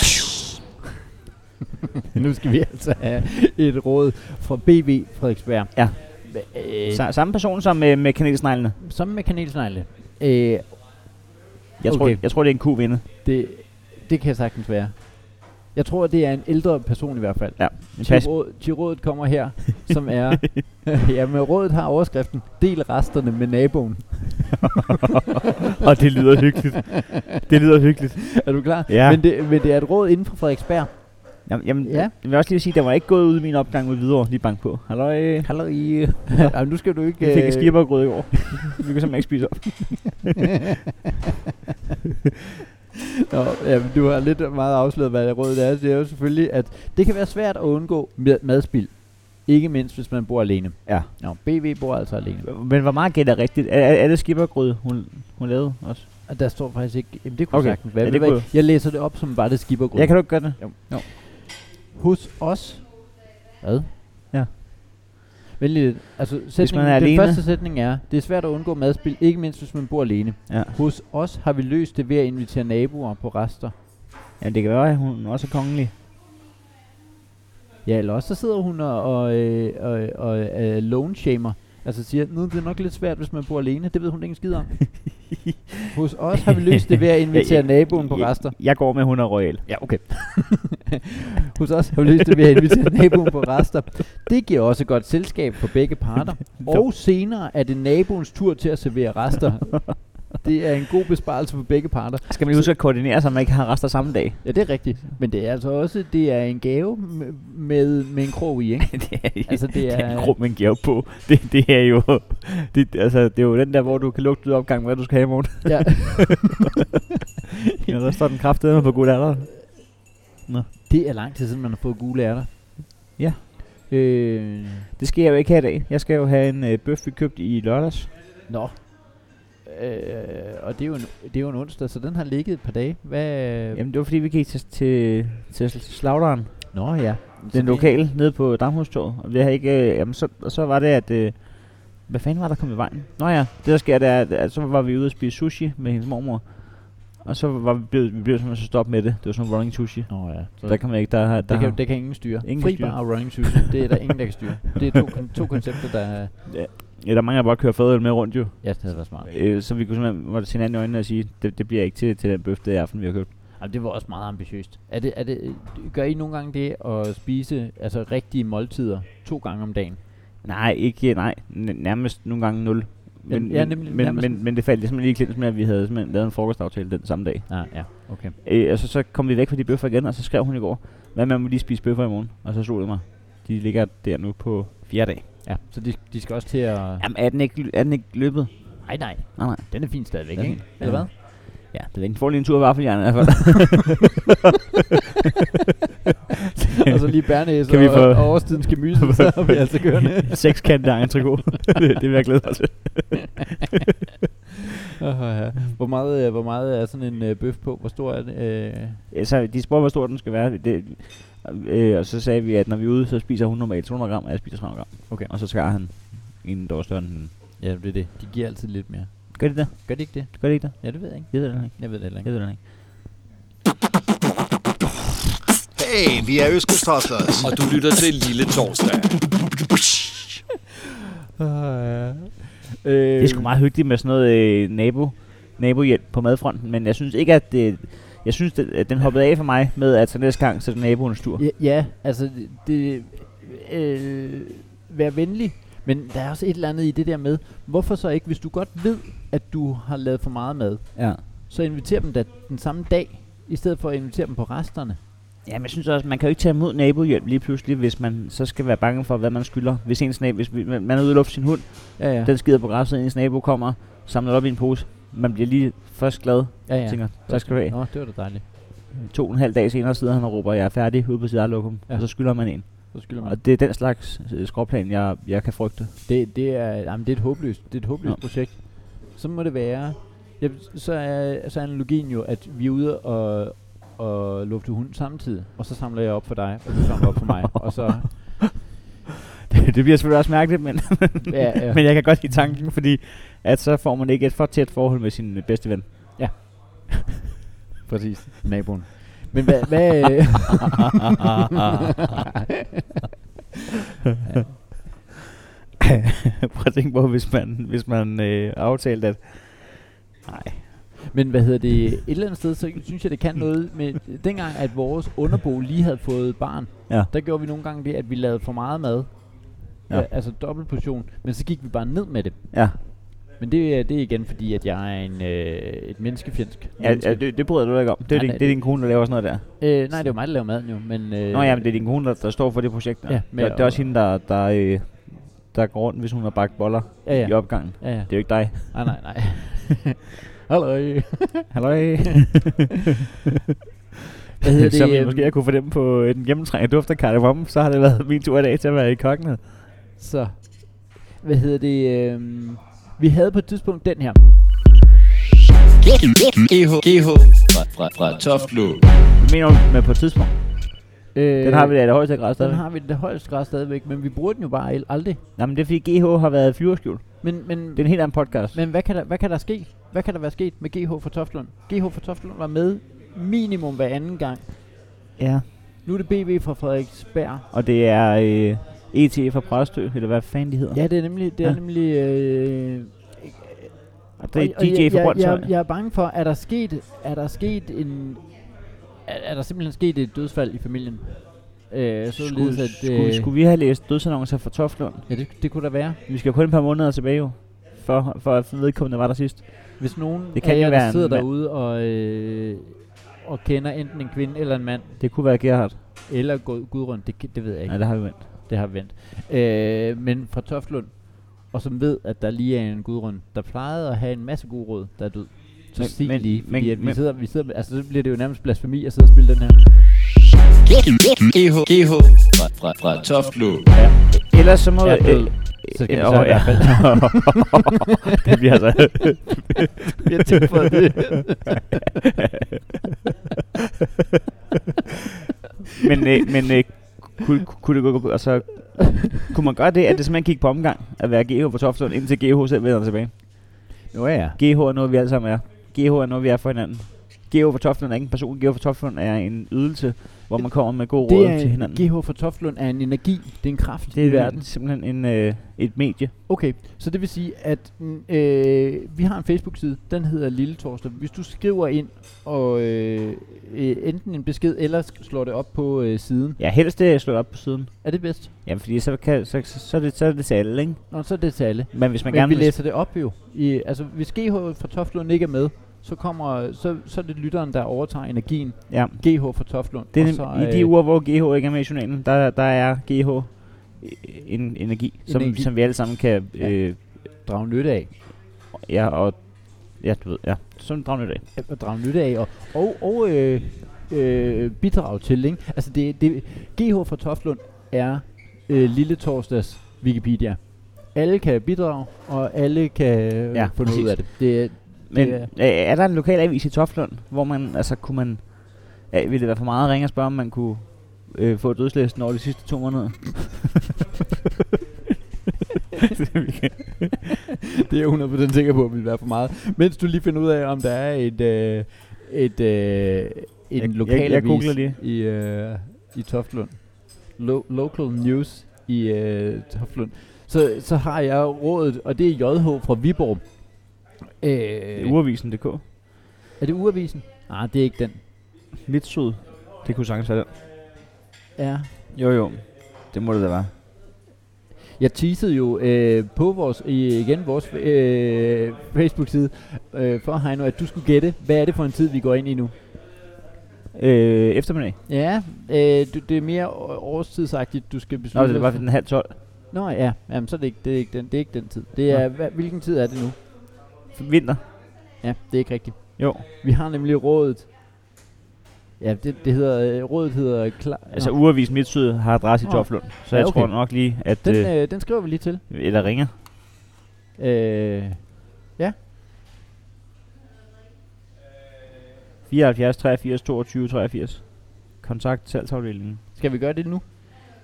Speaker 2: [LAUGHS] nu skal vi altså have et råd fra BV Frederiksberg.
Speaker 3: Ja.
Speaker 2: Øh,
Speaker 3: Sa- samme person som øh, med kanelsneglene.
Speaker 2: som med kanelsnegle. Øh,
Speaker 3: Jeg, tror,
Speaker 2: Okay.
Speaker 3: jeg tror, det er en kuvinde.
Speaker 2: det, det kan sagtens være. Jeg tror, det er en ældre person i hvert fald.
Speaker 3: Ja,
Speaker 2: Til
Speaker 3: pas.
Speaker 2: råd- Til rådet kommer her, som er... ja, men rådet har overskriften, del resterne med naboen.
Speaker 3: [LAUGHS] Og det lyder hyggeligt. Det lyder hyggeligt.
Speaker 2: Er du klar?
Speaker 3: Ja.
Speaker 2: Men det, men det er et råd inden for Frederiksberg.
Speaker 3: Jamen, jamen
Speaker 2: Ja.
Speaker 3: ja. jeg vil også lige sige, at der var ikke gået ud i min opgang ud videre lige bank på. Halløj. Jeg
Speaker 2: Hallo i... [LAUGHS] Jamen, nu skal du ikke...
Speaker 3: fik et
Speaker 2: øh,
Speaker 3: skibbergrød i
Speaker 2: [LAUGHS]
Speaker 3: går. Vi kunne simpelthen ikke spise op.
Speaker 2: Nå, jamen, du har lidt meget afsløret, hvad det rådet er. Det er jo selvfølgelig, at det kan være svært at undgå mad- madspild. Ikke mindst, hvis man bor alene.
Speaker 3: Ja.
Speaker 2: Nå, BV bor altså alene.
Speaker 3: Men hvor meget gætter rigtigt? Er, er, er det skibbergrød, hun, hun lavede også?
Speaker 2: Og der står faktisk ikke... Jamen, det kunne okay.
Speaker 3: Okay.
Speaker 2: sagtens være.
Speaker 3: Ja,
Speaker 2: Ja,
Speaker 3: det
Speaker 2: det
Speaker 3: kunne
Speaker 2: jeg læser det op, som var det skibbergrund.
Speaker 3: Jeg kan du ikke gøre det?
Speaker 2: Hos os... Hvad?
Speaker 3: Ja.
Speaker 2: Venlig lidt. Altså, sætningen,
Speaker 3: man er
Speaker 2: den
Speaker 3: alene.
Speaker 2: første sætning er, det er svært at undgå madspild, ikke mindst hvis man bor alene.
Speaker 3: Ja.
Speaker 2: Hos os har vi løst det ved at invitere naboer på rester.
Speaker 3: Jamen, det kan være, at hun også er kongelig.
Speaker 2: Ja, eller også så sidder hun og, og, øh, og, og øh, loan shamer. Altså siger, nu er det nok lidt svært, hvis man bor alene. Det ved hun ikke en skid
Speaker 3: [LAUGHS]
Speaker 2: om. Hos os har vi løst det ved at invitere naboen på rester.
Speaker 3: Jeg går med, at hun er royal.
Speaker 2: Ja, okay. Hos os har vi løst det ved at invitere naboen på rester. Det giver også godt selskab for begge
Speaker 3: [LAUGHS]
Speaker 2: parter. Og senere er det naboens tur til at servere
Speaker 3: [LAUGHS]
Speaker 2: rester. Det er en god besparelse for begge parter.
Speaker 3: Skal man lige huske at koordinere, så man ikke har rester samme dag?
Speaker 2: Ja, det er rigtigt. Men det er altså også det er en gave med, med, med en krog i, ikke?
Speaker 3: [LAUGHS] det er,
Speaker 2: Altså, det
Speaker 3: det er en
Speaker 2: er-
Speaker 3: grum, man giver på. [LAUGHS] Det, det er jo... [LAUGHS] Det, altså, det er jo den der, hvor du kan lugte ud opgang, hvad du skal have i morgen.
Speaker 2: [LAUGHS] Ja.
Speaker 3: ja, der står den kraftedeme på god alder.
Speaker 2: Det er lang tid siden, man har fået gule ærter.
Speaker 3: Ja.
Speaker 2: Øh,
Speaker 3: Det skal jeg jo ikke have i dag. Jeg skal jo have en øh, bøf, vi købte i lørdags.
Speaker 2: nå. Øh, og det er, jo en, det er jo en onsdag, så den har ligget et par dage. Hvad?
Speaker 3: Jamen, det var fordi, vi gik til, til, til slagteren.
Speaker 2: Nå ja.
Speaker 3: Den lokale nede på Damhustorvet. Og vi havde ikke... Øh, jamen, så, og så var det, at... Øh, Hvad fanden var der kommet i vejen? Nå ja, det der sker, det er, at- at så var vi ude og spise sushi med hendes mormor. Og så var vi blevet, vi blev simpelthen så stoppet med det. Det var sådan en running sushi.
Speaker 2: Nå ja. Så
Speaker 3: Der kan man ikke, der, der,
Speaker 2: det, kan, det kan ingen styre.
Speaker 3: Ingen
Speaker 2: Ingen
Speaker 3: kan
Speaker 2: Fri
Speaker 3: styre.
Speaker 2: bar og running sushi, det er der ingen, der kan styre. Det er to, kon- to koncepter, der...
Speaker 3: ja, der mangler bare at køre fadøl med rundt jo.
Speaker 2: Ja, det havde været smart.
Speaker 3: Øh, så vi kunne simpelthen måtte se hinanden i øjnene og sige, det, det bliver ikke til, til den bøf, det aften, vi har købt.
Speaker 2: Jamen, det var også meget ambitiøst. Er det, er det, gør I nogle gange det at spise altså rigtige måltider to gange om dagen?
Speaker 3: Nej, ikke, nej. N- nærmest nogle gange nul. Men,
Speaker 2: Ja,
Speaker 3: men-
Speaker 2: nemlig
Speaker 3: men,
Speaker 2: nærmest.
Speaker 3: men, men, det faldt ligesom lige i klins med, at vi havde simpelthen lavet en frokostaftale den samme dag.
Speaker 2: Ah, ja, okay.
Speaker 3: Øh, og så, så kom vi væk fra de bøffer igen, og så skrev hun i går, hvad man må lige spise bøffer i morgen. Og så slog det mig. De ligger der nu på fjerde dag.
Speaker 2: Ja, så de, de skal også til at...
Speaker 3: Jamen, er den ikke, er den ikke løbet?
Speaker 2: Nej, nej,
Speaker 3: Nej, nej.
Speaker 2: den er fin stadigvæk,
Speaker 3: Den er
Speaker 2: ikke?
Speaker 3: fin.
Speaker 2: Eller
Speaker 3: Ja.
Speaker 2: hvad?
Speaker 3: Ja, det er ikke. Får lige en tur i vaffeljernet i hvert fald.
Speaker 2: [LAUGHS] [LAUGHS] og så
Speaker 3: [LAUGHS]
Speaker 2: lige bærnæs
Speaker 3: Kan
Speaker 2: og,
Speaker 3: vi få-
Speaker 2: og årstidens gemyse, [LAUGHS] så har vi altså kørende.
Speaker 3: Seks kant af entrecote. [LAUGHS] det, det vil jeg glæde mig til.
Speaker 2: Åh, ja. Hvor meget, øh, hvor meget er sådan en øh, bøf på? Hvor stor er det? Øh,
Speaker 3: Ja, Så de spurgte, hvor stor den skal være. Det, øh, og så sagde vi, at når vi er ude, så spiser hun normalt 200 gram, og jeg spiser 300 gram.
Speaker 2: Okay.
Speaker 3: Og så skar han en, der var større end hende.
Speaker 2: ja, det er det. De giver altid lidt mere.
Speaker 3: Gør det der?
Speaker 2: Gør de ikke det?
Speaker 3: Gør det ikke der?
Speaker 2: Ja, det ved jeg ikke.
Speaker 3: Jeg ved det heller ikke.
Speaker 2: Jeg ved det heller
Speaker 3: Jeg
Speaker 2: ikke.
Speaker 3: ved det heller ikke.
Speaker 6: Hey, vi er Øskøstoslers.
Speaker 1: Og du lytter til Lille Torsdag.
Speaker 2: Øh,
Speaker 3: Det er sgu meget hyggeligt med sådan noget øh, nabo, nabohjælp på madfronten, men jeg synes ikke, at det, jeg synes, det, at den hoppede af for mig med, at så næste gang, så er det naboens tur.
Speaker 2: Ja, ja altså det- det... Øh, vær venlig. Men der er også et eller andet i det der med, hvorfor så ikke, hvis du godt ved, at du har lavet for meget mad,
Speaker 3: Ja.
Speaker 2: så inviter dem da den samme dag, i stedet for at invitere dem på resterne.
Speaker 3: ja, men jeg synes også, man kan jo ikke tage imod nabohjælp lige pludselig, hvis man så skal være bange for, hvad man skylder. Hvis ens nabo, hvis vi- man man er ude at lufte sin hund,
Speaker 2: Ja, ja.
Speaker 3: ja. den skider på græsset, ens nabo kommer, samler det op i en pose. Man bliver lige først glad,
Speaker 2: ja,
Speaker 3: ja.
Speaker 2: ja.
Speaker 3: tænker, tak skal du have.
Speaker 2: Nå, det var da dejligt.
Speaker 3: To og en halv dag senere sidder han og råber, jeg er færdig ude på sit eget lokum,
Speaker 2: Ja.
Speaker 3: ja. og så skylder man en.
Speaker 2: Så skylder man.
Speaker 3: Og det er den slags øh, skråplan, jeg, jeg kan frygte. [LAUGHS]
Speaker 2: Det, det, er, jamen, det er et håbløst, det er et håbløst
Speaker 3: Nå.
Speaker 2: projekt. Så må det være... Ja, så, er, så er analogien jo, at vi er ude og, og lufte hund samtidig, og så samler jeg op for dig, og du samler op for mig, og
Speaker 3: [LAUGHS]
Speaker 2: så...
Speaker 3: det bliver selvfølgelig også mærkeligt, men,
Speaker 2: Ja, ja.
Speaker 3: [LAUGHS] men jeg kan godt lide tanken, fordi at så får man ikke et for tæt forhold med sin øh, bedste ven.
Speaker 2: Præcis, naboen. Men hvad... hvad øh, ah,
Speaker 3: [LAUGHS] Prøv at tænke på, hvis man, hvis man øh, aftalte, at nej,
Speaker 2: men hvad hedder det? Et eller andet sted, så synes jeg, det kan noget med... Dengang, at vores underbo lige havde fået barn,
Speaker 3: Ja.
Speaker 2: der gjorde vi nogle gange det, at vi lavede for meget mad.
Speaker 3: Ja.
Speaker 2: Ja. Altså dobbelt portion, men så gik vi bare ned med det.
Speaker 3: ja,
Speaker 2: Men det, er- det er igen fordi, at jeg er en, øh, et menneskefjendsk
Speaker 3: ja, ja det, det bryder du dig ikke om. Det er,
Speaker 2: Nej,
Speaker 3: din,
Speaker 2: nej,
Speaker 3: det er din kone, der laver sådan noget der.
Speaker 2: Øh, nej, det er jo mig, der laver maden jo, men... Øh,
Speaker 3: Nå ja, men det er din kone, der, der står for det projekt der.
Speaker 2: Ja,
Speaker 3: Ja,
Speaker 2: med
Speaker 3: det, det er også
Speaker 2: at-
Speaker 3: hende, der, der, øh, der går rundt, hvis hun har bagt boller
Speaker 2: Ja, ja.
Speaker 3: i opgangen.
Speaker 2: Ja, ja.
Speaker 3: Det er jo ikke dig.
Speaker 2: Nej, nej, [LAUGHS] nej. Halløj.
Speaker 3: [LAUGHS] [LAUGHS] Halløj.
Speaker 2: Hvad hedder det?
Speaker 3: Som jeg
Speaker 2: øhm,
Speaker 3: måske jeg kunne fornemme på øh, den gennemtrængende duft af kardemomme, så har det været min tur i dag til at være i køkkenet.
Speaker 2: Så, hvad hedder det? Øh, vi havde på et tidspunkt den her.
Speaker 7: GH, GH fra, fra, fra Toflo.
Speaker 3: Hvad mener du med på et tidspunkt?
Speaker 2: Øh,
Speaker 3: Den har vi da i det højeste grad
Speaker 2: Den
Speaker 3: stadigvæk.
Speaker 2: har vi det højeste grad stadigvæk, men vi bruger den jo bare el- aldrig.
Speaker 3: Nej, men det er fordi GH har været flyverskjul.
Speaker 2: Men, men,
Speaker 3: Det er en helt anden podcast.
Speaker 2: men hvad, kan der, hvad kan der ske? Hvad kan der være sket med GH for Toftlund? GH for Toftlund var med minimum hver anden gang.
Speaker 3: Ja.
Speaker 2: Nu er det BB fra Frederiksberg.
Speaker 3: Og det er øh, ETF fra Præstø, eller hvad fanden de hedder.
Speaker 2: Ja, det er nemlig... Det er
Speaker 3: Ja.
Speaker 2: nemlig øh,
Speaker 3: Og det er
Speaker 2: Og- og
Speaker 3: DJ
Speaker 2: jeg-
Speaker 3: fra
Speaker 2: jeg,
Speaker 3: Brøndshøj.
Speaker 2: jeg, jeg er bange for, er der sket, er der sket en, er, er der simpelthen sket et dødsfald i familien? Øh, så
Speaker 3: Skulle,
Speaker 2: at, øh,
Speaker 3: skulle, skulle vi have læst dødsannoncer fra Toflund?
Speaker 2: ja, det, det kunne der være.
Speaker 3: Vi skal jo kun et par måneder tilbage jo, for, for at vedkommende var der sidst.
Speaker 2: Hvis nogen
Speaker 3: Det kan
Speaker 2: af
Speaker 3: jo
Speaker 2: jer,
Speaker 3: være
Speaker 2: der
Speaker 3: en
Speaker 2: sidder
Speaker 3: mand.
Speaker 2: derude og, øh, og kender enten en kvinde eller en mand,
Speaker 3: Det kunne være Gerhard.
Speaker 2: eller Gud- Gudrun, det, kan- det ved jeg ikke,
Speaker 3: Nej, det har vi vendt.
Speaker 2: det har vi vendt. Øh, men fra Toftlund, og som ved, at der lige er en Gudrun, der plejede at have en masse gode råd, der er død. Så
Speaker 3: Men-
Speaker 2: sig
Speaker 3: men-
Speaker 2: lige,
Speaker 3: men-
Speaker 2: fordi at vi
Speaker 3: men-
Speaker 2: sidder, vi sidder, altså så bliver det jo nærmest blasfemi at sidde og spille den her.
Speaker 7: GH, GH fra, fra, fra Toflo.
Speaker 3: Ellers så må...
Speaker 2: Jeg er død.
Speaker 3: øh,
Speaker 2: Så skal
Speaker 3: øh,
Speaker 2: vi så
Speaker 3: åh,
Speaker 2: i hvert fald.
Speaker 3: [LAUGHS] det bliver
Speaker 2: [LAUGHS]
Speaker 3: altså... [LAUGHS]
Speaker 2: Vi har tænkt på det.
Speaker 3: men øh, men øh, kunne, kunne det gå... Altså, Kunne man gøre det, at det simpelthen gik på omgang at være GH på Toftlund, indtil GH selv vender tilbage?
Speaker 2: Nå ja.
Speaker 3: GH er noget, vi alle sammen er. GH er noget, vi er for hinanden. GH for Toftlund er ikke en person. GH for Toftlund er en ydelse, hvor man kommer med god
Speaker 2: Det
Speaker 3: råd til
Speaker 2: er,
Speaker 3: hinanden.
Speaker 2: GH for Toftlund er en energi, det er en kraft
Speaker 3: det
Speaker 2: i
Speaker 3: er
Speaker 2: verden.
Speaker 3: verden simpelthen en, øh, et medie.
Speaker 2: Okay, så det vil sige, at mm, øh, vi har en Facebook-side, den hedder Lille Torsdag. Hvis du skriver ind, og øh, øh, enten en besked, eller sk- slår det op på øh, siden,
Speaker 3: Ja, helst det slået op på siden.
Speaker 2: er det bedst?
Speaker 3: Jamen, fordi så, kan, så, så, så, er det, så er det til alle, ikke?
Speaker 2: Nå, så er det til alle.
Speaker 3: Men hvis man
Speaker 2: Men
Speaker 3: gerne
Speaker 2: vi
Speaker 3: vil...
Speaker 2: læser det op jo. I, altså, hvis GH fra Toftlund ikke er med, så, kommer, så, så er det lytteren, der overtager energien.
Speaker 3: Ja,
Speaker 2: GH fra Toftlund.
Speaker 3: det er
Speaker 2: og
Speaker 3: nem,
Speaker 2: så,
Speaker 3: i de uger, hvor GH ikke er med i journalen, der, der er GH en energi, som,
Speaker 2: Energi.
Speaker 3: energi. som vi alle sammen kan...
Speaker 2: Ja.
Speaker 3: Øh,
Speaker 2: drage nytte af.
Speaker 3: ja, og... Ja, du ved, ja. Sådan drømmer det.
Speaker 2: at- at drage nytte af og, og, og øh, øh, bidrage til. Ikke? Altså det, det, GH fra Toftlund er øh, Lille Torsdags Wikipedia. Alle kan bidrage, og alle kan øh,
Speaker 3: Ja,
Speaker 2: ja, få noget
Speaker 3: præcis.
Speaker 2: ud af det. det er-
Speaker 3: Men
Speaker 2: Det
Speaker 3: øh, er der en lokal avis i Toftlund, hvor man, altså kunne man, øh, ville det være for meget at ringe og spørge, om man kunne øh, få dødslisten over de sidste to måneder?
Speaker 2: [LAUGHS] det er jeg 100% sikker på, at vil være for meget. Mens du lige finder ud af, om der er et, øh, et, øh, en
Speaker 3: Jeg-
Speaker 2: lokal
Speaker 3: jeg- jeg googler
Speaker 2: avis
Speaker 3: lige.
Speaker 2: i, øh, i Toftlund. Lo- local News i øh, Toftlund. Så, så har jeg rådet, og det er JH fra Viborg. Øh,
Speaker 3: Urevisen.dk.
Speaker 2: er det Uavisen? Nej, det er ikke den.
Speaker 3: Lidt sød. Det kunne sagtens være den.
Speaker 2: Ja.
Speaker 3: Jo, jo. Det må det da være.
Speaker 2: Jeg teasede jo øh, på vores, i- igen vores øh, Facebook-side øh, for Heino, at du skulle gætte, hvad er det for en tid, vi går ind i nu?
Speaker 3: Øh, eftermiddag.
Speaker 2: Ja, øh, du, det er mere å- årstidsagtigt, du skal
Speaker 3: Nå,
Speaker 2: beslutte.
Speaker 3: det var bare den halv tolv.
Speaker 2: Nå ja, jamen, så er det ikke, det er ikke, den, det er ikke den tid. Det
Speaker 3: Nå.
Speaker 2: er, hva, hvilken tid er det nu?
Speaker 3: Vinter.
Speaker 2: Ja, det er ikke rigtigt.
Speaker 3: Jo.
Speaker 2: Vi har nemlig rådet. Ja, det, det hedder, øh, rådet hedder klar.
Speaker 3: Altså Urevisen Midtsyd har adresse i
Speaker 2: Nå.
Speaker 3: Toftlund. Så
Speaker 2: Ja,
Speaker 3: jeg
Speaker 2: okay.
Speaker 3: tror nok lige, at...
Speaker 2: den,
Speaker 3: øh,
Speaker 2: øh, den skriver vi lige til.
Speaker 3: Eller ringer.
Speaker 2: Øh,
Speaker 3: 74 83 22 83. Kontakt salgsafdelingen.
Speaker 2: skal vi gøre det nu?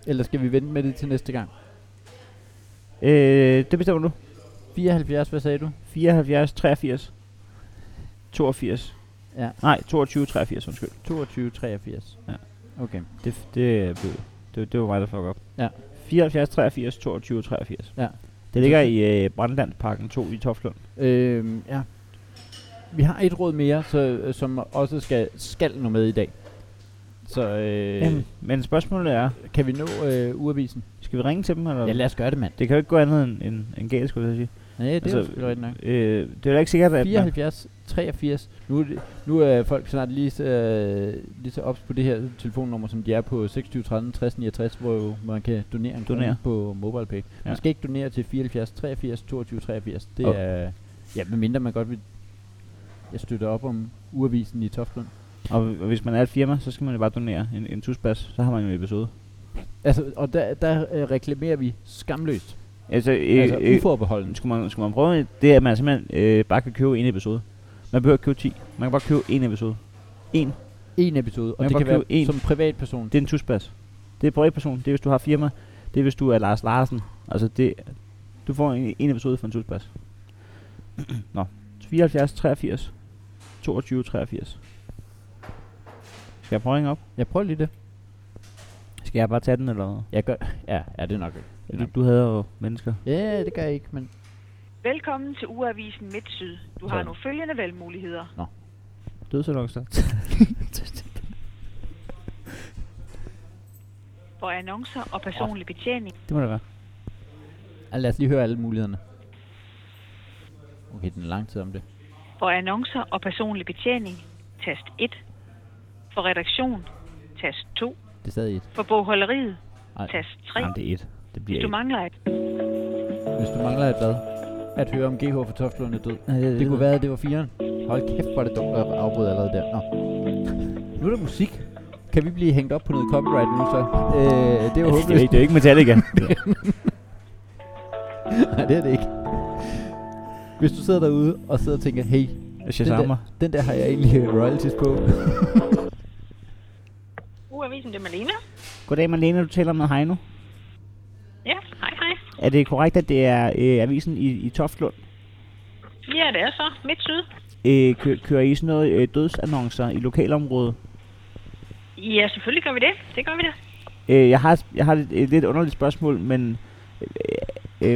Speaker 2: Eller skal vi vente med det til næste gang?
Speaker 3: Øh, det bestemmer du.
Speaker 2: 74, hvad sagde du?
Speaker 3: 74 83 82.
Speaker 2: Ja.
Speaker 3: Nej, 22 83, undskyld.
Speaker 2: 22, 83.
Speaker 3: Ja.
Speaker 2: Okay.
Speaker 3: Det, det, blev, det, det var mig, der fuckede op.
Speaker 2: Ja.
Speaker 3: 74 83 22 83.
Speaker 2: Ja.
Speaker 3: Det ligger i øh, Brandlandsparken 2 i Toftlund.
Speaker 2: Øhm, ja. Vi har et råd mere, så, øh, som også skal, skal nå med i dag. Så øh,
Speaker 3: Øh. Men spørgsmålet er,
Speaker 2: kan vi nå øh, uavisen?
Speaker 3: skal vi ringe til dem? Eller?
Speaker 2: Ja, lad os gøre det, mand.
Speaker 3: det kan jo ikke gå andet end, end, end galt, skulle jeg sige.
Speaker 2: Ja, det altså,
Speaker 3: Altså,
Speaker 2: er jo selvfølgelig rigtigt nok.
Speaker 3: Øh, det er da ikke sikkert, at... man-
Speaker 2: 74, 83. Nu, er det- nu er folk snart lige så, øh, lige så ops på det her telefonnummer, som de er på 26 13 60 69, hvor jo man kan donere en krone
Speaker 3: Donere.
Speaker 2: på MobilePay. Man
Speaker 3: Ja.
Speaker 2: skal ikke donere til 74, 83, 22, 83. Det
Speaker 3: Og-
Speaker 2: er... Ja, medmindre man godt vil... Jeg støtter op om uavisen i Toftlund.
Speaker 3: Og, og hvis man er et firma, så skal man jo bare donere en, en tusbas, så har man jo en episode.
Speaker 2: Altså, og der, der øh, reklamerer vi skamløst.
Speaker 3: Altså, øh,
Speaker 2: altså
Speaker 3: øh,
Speaker 2: uforbeholden.
Speaker 3: skulle, man, skulle man prøve det, at man simpelthen øh, bare kan købe en episode. Man behøver ikke købe 10. Man kan bare købe en episode. En.
Speaker 2: En episode, og
Speaker 3: Man
Speaker 2: det
Speaker 3: kan
Speaker 2: kan være
Speaker 3: købe en.
Speaker 2: som privatperson.
Speaker 3: Det er en tusbas. Det er privatperson. Det er, hvis du har firma. Det er, hvis du er Lars Larsen. Altså, det, du får en, en episode for en tusbas. [CLEARS THROAT] Nå. 74, 83, 22, 83. Skal jeg prøve at ringe op?
Speaker 2: Jeg prøver lige det.
Speaker 3: Skal jeg bare tage den, eller hvad?
Speaker 2: Jeg gør... Ja, ja det er nok.
Speaker 3: Du, du havde jo mennesker.
Speaker 2: Ja, det gør jeg ikke, men...
Speaker 8: Velkommen til Ugeavisen Midtsyd. Du har
Speaker 2: Sådan.
Speaker 8: nu følgende valgmuligheder.
Speaker 3: Dødsannoncer.
Speaker 8: For annoncer og personlig betjening.
Speaker 3: [LAUGHS] Det må det være.
Speaker 2: Ah, Lad os lige høre alle mulighederne. Okay, den er lang tid om det.
Speaker 8: For annoncer og personlig betjening. Tast 1. For redaktion. Tast 2.
Speaker 2: Det sad i et.
Speaker 8: For bogholderiet.
Speaker 2: Ej.
Speaker 8: Tast 3.
Speaker 3: Jamen, det er et. Det bliver
Speaker 8: Hvis
Speaker 3: et.
Speaker 8: du mangler et.
Speaker 2: Hvis du mangler et hvad? At høre om GH for Toftlund er død.
Speaker 3: Ja, det-
Speaker 2: Det
Speaker 3: det-
Speaker 2: kunne være, at det var firen. Hold kæft, hvor er det dumt at afbryde allerede der. Nå. Nu er der musik. Kan vi blive hængt op på noget copyright nu så? [LAUGHS] Øh, det er jo
Speaker 3: det, er jo
Speaker 2: håbløst.
Speaker 3: ikke, det er jo ikke [LAUGHS] Metallica.
Speaker 2: Nej, det er det ikke. Hvis du sidder derude og sidder og tænker, hey, den
Speaker 3: Shazammer.
Speaker 2: der, den der har jeg egentlig øh, royalties på.
Speaker 8: Ugeavisen, det er Malene.
Speaker 3: Goddag Malene, du taler med Heino. Er det korrekt, at det er øh, avisen i, i Toftlund?
Speaker 8: Ja, det er så. Midt syd.
Speaker 3: Øh, kø, kører I sådan noget øh, dødsannoncer i lokalområdet?
Speaker 8: Ja, selvfølgelig gør vi det. Det gør vi da.
Speaker 3: Øh, jeg har, jeg har et, et lidt underligt spørgsmål, men øh,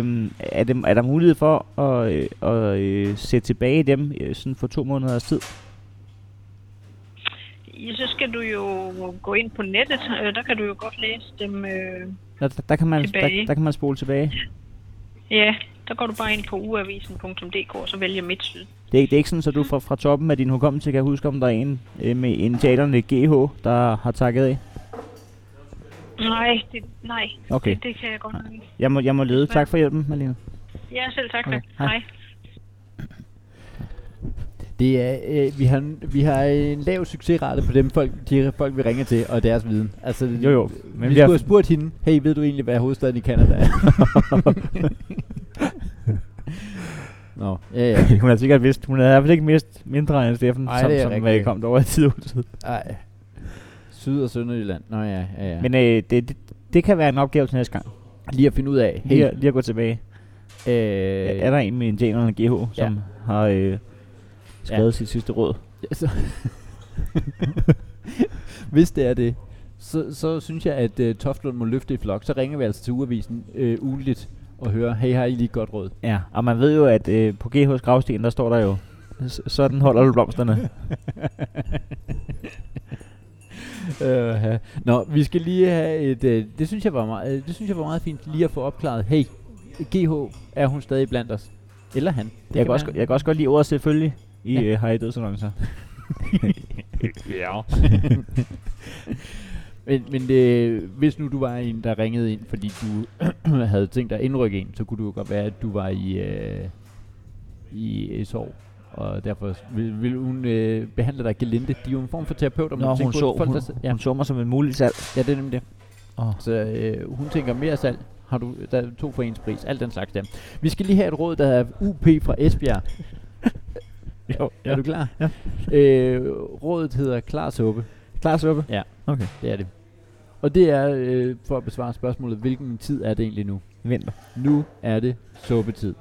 Speaker 3: øh, er, det, er der mulighed for at, øh, at øh, se tilbage i dem øh, sådan for to måneders tid?
Speaker 8: Ja, så skal du jo gå ind på nettet. Øh, Der kan du jo godt læse dem. øh.
Speaker 3: Der, der, der, kan, man, der,
Speaker 8: Tilbage.
Speaker 3: der kan man spole tilbage.
Speaker 8: Ja, der går du bare ind på uavisen.dk og så vælger Midt syd.
Speaker 3: Det er, ikke- det er ikke sådan, at du fra, fra toppen af din hukommelse kan huske, om der er en øh, med initialerne GH, der har takket af.
Speaker 8: Nej, det, nej.
Speaker 3: Okay.
Speaker 8: Det, det kan jeg godt nok ikke.
Speaker 3: Jeg må, jeg må lede. Tak for hjælpen, Malene.
Speaker 8: Ja, selv tak.
Speaker 3: Okay,
Speaker 8: Okay.
Speaker 3: hej.
Speaker 8: Hej.
Speaker 2: Det er, øh, vi, har, vi har en lav succesrate på dem folk, de folk, vi ringer til, og deres viden. Altså,
Speaker 3: Jo, jo.
Speaker 2: Men
Speaker 3: Men
Speaker 2: vi
Speaker 3: vi har-
Speaker 2: skulle have spurgt hende, hey, ved du egentlig, hvad hovedstaden i Canada
Speaker 3: [LAUGHS]
Speaker 2: er? Nå, ja, ja.
Speaker 3: hun har sikkert vidst. Hun havde i hvert fald altså ikke mist mindre end Steffen,
Speaker 2: Ej,
Speaker 3: som,
Speaker 2: det er
Speaker 3: som
Speaker 2: rigtigt.
Speaker 3: øh, kom derover i tid.
Speaker 2: Ej. Syd- og Sønderjylland. Nå ja, ja, ja.
Speaker 3: Men øh, det, det, det kan være en opgave til næste gang.
Speaker 2: lige at finde ud af,
Speaker 3: Lige,
Speaker 2: hey,
Speaker 3: at- lige at gå tilbage.
Speaker 2: øh,
Speaker 3: Er der en med indianerne GH, som har øh, skrevet
Speaker 2: Ja.
Speaker 3: sit sidste råd?
Speaker 2: Ja, [LAUGHS] så Hvis det er det, så, så synes jeg, at uh, Toftlund må løfte i flok. Så ringer vi altså til ugeavisen øh, ugenligt og hører, hey, har I lige et godt råd?
Speaker 3: Ja, og man ved jo, at øh, på GH's gravsten, der står der jo, "S- sådan holder du [LAUGHS] blomsterne.
Speaker 2: Øh, ja. Nå, vi skal lige have et... Øh, det, synes jeg var meget, øh, det synes jeg var meget fint lige at få opklaret. Hey, GH, er hun stadig blandt os? Eller han. Det
Speaker 3: jeg, kan også,
Speaker 2: være.
Speaker 3: jeg kan også godt lide ordet selvfølgelig i
Speaker 2: Ja.
Speaker 3: ja. øh, har I dødsannoncer.
Speaker 2: Ja. men men øh, hvis nu du var en, der ringede ind, fordi du [CLEARS THROAT] havde tænkt dig at indrykke en, så kunne det jo godt være, at du var i, øh, i øh, sorg. Og derfor vil, vil hun øh, behandle dig gelinde. De er jo en form for terapeuter. men
Speaker 3: Nå,
Speaker 2: tænker
Speaker 3: hun
Speaker 2: på,
Speaker 3: så,
Speaker 2: at folk,
Speaker 3: hun,
Speaker 2: der, ja,
Speaker 3: ja. hun så mig som en mulig salg.
Speaker 2: ja, det er nemlig det.
Speaker 3: Åh.
Speaker 2: Så øh, hun tænker mere salg. Har du der er to for ens pris? Alt den slags der. Vi skal lige have et råd, der er UP fra Esbjerg.
Speaker 3: [LAUGHS] Jo,
Speaker 2: Ja. Er du klar?
Speaker 3: Ja.
Speaker 2: Øh, rådet hedder klar suppe.
Speaker 3: klar suppe?
Speaker 2: Ja.
Speaker 3: Okay.
Speaker 2: Det er det. Og det er, øh, for at besvare spørgsmålet, hvilken tid er det egentlig nu?
Speaker 3: Vinter.
Speaker 2: Nu er det suppetid.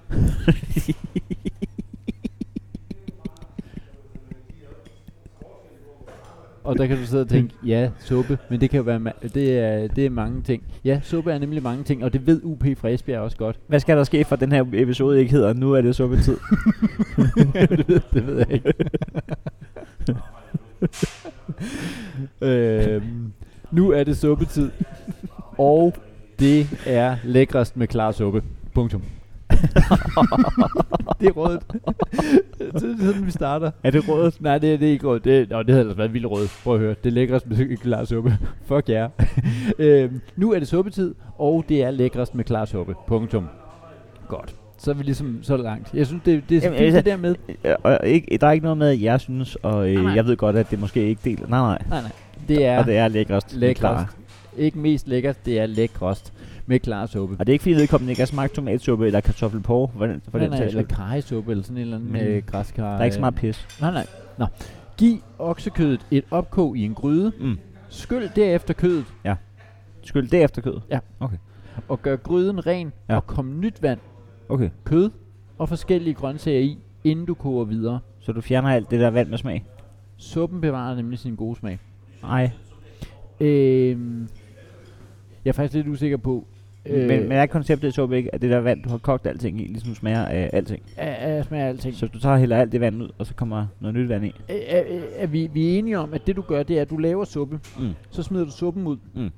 Speaker 2: og der kan du sidde og tænke, ja, suppe, men det kan jo være, ma- det er, det er mange ting. Ja, suppe er nemlig mange ting, og det ved UP fra Esbjerg også godt. [LAUGHS]
Speaker 3: Hvad skal der ske for at den her episode ikke hedder, nu er det [LAUGHS] suppetid?
Speaker 2: det, ved, det ved jeg ikke. øhm, nu er det suppetid, og det er lækrest med klar suppe. Punktum. det er rådet. det er sådan, vi starter.
Speaker 3: [LAUGHS] er det rådet?
Speaker 2: Nej, det, det er ikke rådet. Det, nå, det havde ellers været vildt rådet. Prøv at høre. Det er lækrest med klar suppe. [LAUGHS] Fuck jer. Yeah. øhm, nu er det suppetid, og det er lækrest med klar suppe. Punktum. Godt. Så er vi ligesom så langt. Jeg synes, det, det er så
Speaker 3: Jamen,
Speaker 2: fint, det
Speaker 3: altså-
Speaker 2: der med,
Speaker 3: Ja, og ikke, der er ikke noget med, at jeg synes, og øh,
Speaker 8: Nej, nej.
Speaker 3: jeg ved godt, at det måske ikke deler. Nej, nej.
Speaker 2: Nej, nej. Det
Speaker 3: Ja. Og
Speaker 2: er
Speaker 3: det er lækrest. med Clara.
Speaker 2: lækrest. Ikke mest lækkert, det er lækrest med klar suppe.
Speaker 3: Og det er ikke fordi vedkommende ikke har smagt tomatsuppe eller kartoffelporre, for den, for
Speaker 2: nej,
Speaker 3: den
Speaker 2: nej,
Speaker 3: sags
Speaker 2: eller
Speaker 3: skyld. Der
Speaker 2: karrisuppe, eller sådan en eller anden
Speaker 3: Men
Speaker 2: øh, græskar. Der
Speaker 3: Mm. er ikke så meget pis.
Speaker 2: Nej, nej. Nå. Giv oksekødet et opkog i en gryde.
Speaker 3: Mm.
Speaker 2: Skyld derefter kødet,
Speaker 3: Skyld derefter kød.
Speaker 2: og gør gryden ren,
Speaker 3: Ja.
Speaker 2: og kom nyt vand,
Speaker 3: Okay.
Speaker 2: kød og forskellige grøntsager i, inden du koger videre.
Speaker 3: Så du fjerner alt det der vand med smag?
Speaker 2: Suppen bevarer nemlig sin gode smag.
Speaker 3: Nej.
Speaker 2: Øhm, jeg er faktisk lidt usikker på...
Speaker 3: Øh. Men, men er konceptet så ikke, at det der vand, du har kogt alting i, ligesom smager af alting?
Speaker 2: er, er smager alting.
Speaker 3: Så hvis du tager heller alt det vand ud, og så kommer noget nyt vand i.
Speaker 2: Øh, er, er, er vi, vi er enige om, at det du gør, det er, at du laver suppe.
Speaker 3: Mm.
Speaker 2: Så smider du suppen ud.
Speaker 3: Mm.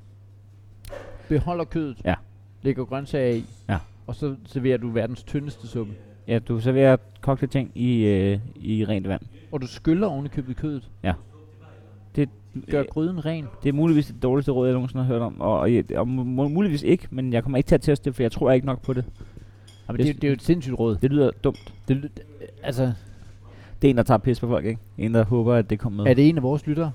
Speaker 2: Beholder kødet.
Speaker 3: Ja.
Speaker 2: Lægger grøntsager i.
Speaker 3: Ja.
Speaker 2: Og så serverer du verdens tyndeste suppe.
Speaker 3: Ja, du serverer kogte ting i, øh, i rent vand.
Speaker 2: Og du skyller ovenikøbet kødet.
Speaker 3: Det,
Speaker 2: Gør
Speaker 3: Øh,
Speaker 2: gryden ren.
Speaker 3: det er muligvis det dårligste råd, jeg nogensinde har hørt om. Og, og, jeg- og mu- muligvis ikke, men jeg kommer ikke til at teste det, for jeg tror ikke nok på det.
Speaker 2: Jamen, det, er jo-
Speaker 3: det-
Speaker 2: det er jo et sindssygt råd.
Speaker 3: Det lyder dumt.
Speaker 2: Det, lyder- altså,
Speaker 3: Det er en, der tager pis på folk, ikke? En, der håber, at det kommer med.
Speaker 2: er det en af vores lyttere?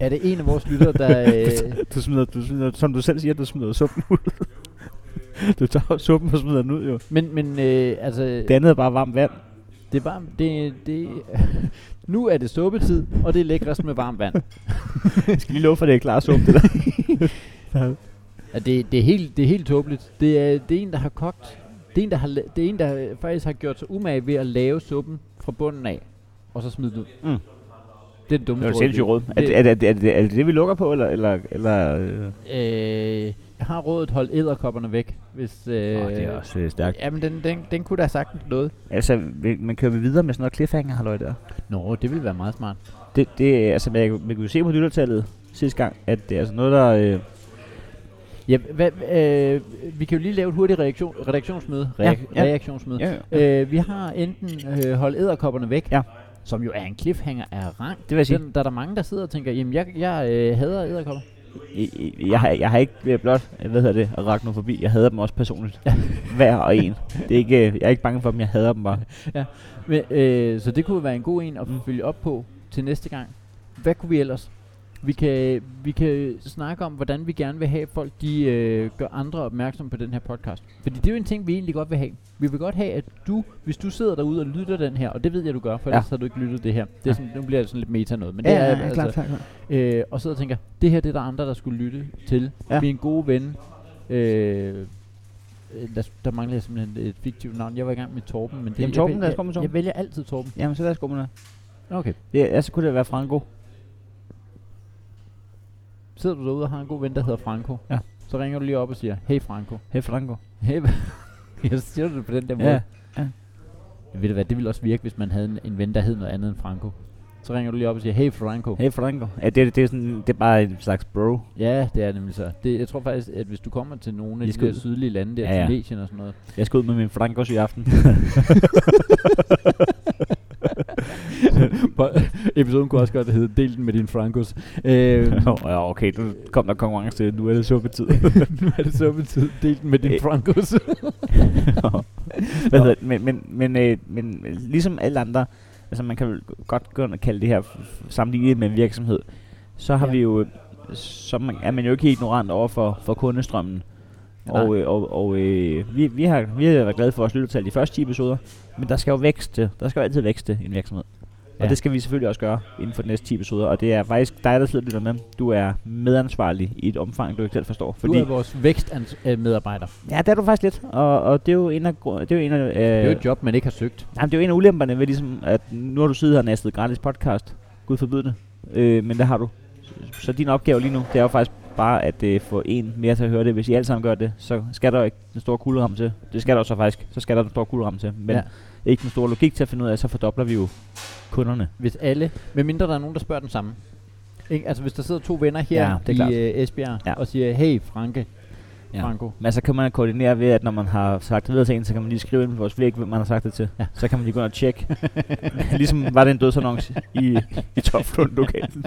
Speaker 2: Er det en af vores lyttere,
Speaker 3: [LAUGHS]
Speaker 2: der... Øh,
Speaker 3: du smider, du smider, som du selv siger, du smider suppen ud. [LAUGHS] du tager suppen og smider den ud, jo.
Speaker 2: men men øh, altså, det,
Speaker 3: Det andet er bare varmt vand.
Speaker 2: det er bare... Det, det, [LAUGHS] nu er det suppetid, og det er lækrest med varmt vand.
Speaker 3: Jeg skal lige love for, at det er klar suppe, det der.
Speaker 2: Ja, det, det, er helt, det er helt tåbeligt. Det er, det er en, der har kogt. Det er en, der, har, la- det er en, der øh, faktisk har gjort sig umage ved at lave suppen fra bunden af, og så smide den ud.
Speaker 3: Mm.
Speaker 2: Det er den dummeste
Speaker 3: Det er jo
Speaker 2: råd,
Speaker 3: sindssygt råd. Er det, er, det, er, det, er, det, er det det, vi lukker på, eller... eller, eller øh?
Speaker 2: Øh, jeg har rådet holdt æderkopperne væk, hvis... Øh,
Speaker 3: Åh, det er også øh, stærkt.
Speaker 2: Jamen, den, den, den kunne da sagtens noget.
Speaker 3: Altså, vi- man kører vi videre med sådan noget cliffhanger, halløj der.
Speaker 2: Nå, det ville være meget smart.
Speaker 3: Det, det, altså, man, kan- man kunne jo se på lyttertallet sidste gang, at det er altså noget, der... Øh,
Speaker 2: Ja, hvad, øh, vi kan jo lige lave et hurtigt reaktion, redaktionsmøde.
Speaker 3: Ja,
Speaker 2: Reak,
Speaker 3: ja.
Speaker 2: Reaktionsmøde.
Speaker 3: ja,
Speaker 2: Øh, vi har enten øh, holdt æderkopperne væk,
Speaker 3: Ja.
Speaker 2: som jo er en cliffhanger af rang.
Speaker 3: Det vil jeg sige.
Speaker 2: Den, der er der mange, der sidder og tænker, jamen jeg, jeg øh, hader æderkopper.
Speaker 3: I- I- jeg, har, jeg har ikke øh, blot, øh, hvad hedder det, ragt nogen forbi. Jeg hader dem også [LAUGHS] personligt. Hver og en. Det er ikke, øh, jeg er ikke bange for dem, jeg hader dem bare.
Speaker 2: Men, øh, så det kunne være en god en at følge op på til næste gang. Hvad kunne vi ellers? Vi kan, vi kan snakke om, hvordan vi gerne vil have, at folk de, øh, gør andre opmærksom på den her podcast. Fordi det er jo en ting, vi egentlig godt vil have. Vi vil godt have, at du, hvis du sidder derude og lytter den her, og det ved jeg, du gør, for ellers har du ikke lyttet det her. Det er sådan, nu bliver det sådan lidt meta noget. Men det er, altså,
Speaker 3: klart, klart.
Speaker 2: øh, og sidder og tænker, det her det er der andre, der skulle lytte til.
Speaker 3: Ja.
Speaker 2: Ja. Min gode ven, øh, øh, der, der mangler jeg simpelthen et fiktivt navn. Jeg var i gang med Torben, men det,
Speaker 3: Jamen, Torben,
Speaker 2: jeg,
Speaker 3: lad os
Speaker 2: jeg,
Speaker 3: komme med
Speaker 2: jeg,
Speaker 3: Torben.
Speaker 2: jeg vælger altid Torben.
Speaker 3: Jamen, så lad os gå med noget.
Speaker 2: Okay.
Speaker 3: Det, altså, kunne det være Franco.
Speaker 2: Sidder du derude og har en god ven, der hedder Franco,
Speaker 3: Ja.
Speaker 2: så ringer du lige op og siger, hey Franco.
Speaker 3: Hey, Franco.
Speaker 2: Hey, [LAUGHS] jeg siger det på den der måde.
Speaker 3: Ja.
Speaker 2: Ved du hvad, det ville også virke, hvis man havde en, en ven, der hed noget andet end Franco. Så ringer du lige op og siger, hey Franco.
Speaker 3: Hey, Franco. Ja, det, det, er sådan, det er bare en slags bro.
Speaker 2: Ja, det er nemlig så. Det, jeg tror faktisk, at hvis du kommer til nogle
Speaker 3: Vi
Speaker 2: af de
Speaker 3: skal
Speaker 2: der
Speaker 3: ud.
Speaker 2: sydlige lande, der
Speaker 3: Ja, ja.
Speaker 2: ja, Tunesien og sådan noget,
Speaker 3: Jeg skal ud med min Frankos i [LAUGHS] aften.
Speaker 2: Episoden kunne også godt hedde Del den med din frankos [LAUGHS] øh,
Speaker 3: Nå, ja, okay, nu kom der konkurrence til, nu er det suppetid. [LAUGHS]
Speaker 2: Nu er det så betydet Del den med
Speaker 3: Øh.
Speaker 2: din frankos
Speaker 3: [LAUGHS] Hvad hedder det? Men, men, men, øh, men ligesom alle andre, altså man kan vel godt gå ind og kalde det her f- f- sammenlignet med en virksomhed, så har ja.
Speaker 2: Ja.
Speaker 3: vi jo, øh, så man, er man jo ikke ignorant over for, for kundestrømmen.
Speaker 2: Nej.
Speaker 3: Og, øh, og, og øh, vi, vi, har, vi har været glade for vores lyttertal de første 10 episoder, men der skal jo vækste, der skal jo altid vækste i en virksomhed. Ja.
Speaker 2: Ja.
Speaker 3: Og det skal vi selvfølgelig også gøre inden for de næste 10 episoder, og det er faktisk dig, der sidder og lytter med. Du er medansvarlig i et omfang, du ikke selv forstår.
Speaker 2: Du er vores vækstmedarbejder
Speaker 3: Ja, det er du faktisk lidt, og, og det er jo en af, gru- det er jo en af, øh,
Speaker 2: Det er jo et job, man ikke har søgt
Speaker 3: Jamen, det er jo en af ulemperne ved ligesom, at nu har du siddet her og næstet gratis podcast. Gud forbyde det. Øh, men det har du. Så din opgave lige nu, det er jo faktisk bare at øh, få en mere til at høre det. Hvis I alle sammen gør det, så skal der jo ikke den store kugleramme til. Det skal der jo så faktisk. Så skal der den store kugleramme til. Men ja.
Speaker 2: Ja.
Speaker 3: ikke den store logik til at finde ud af, så fordobler vi jo kunderne.
Speaker 2: Hvis alle Medmindre der er nogen, der spørger den samme ikke? Altså hvis der sidder to venner her
Speaker 3: Ja, det er klart.
Speaker 2: i øh, Esbjerg
Speaker 3: Ja.
Speaker 2: ja. og siger, hey Franke,
Speaker 3: Ja.
Speaker 2: ja. Franco.
Speaker 3: Men så kan man koordinere ved, at når man har sagt det videre til en, så kan man lige skrive ind på vores væg, hvem man har sagt det til. Ja.
Speaker 2: Ja.
Speaker 3: Så kan man lige gå ind og [LAUGHS] tjekke. ligesom var det en dødsannonce i, i Toflund [LAUGHS] lokalen.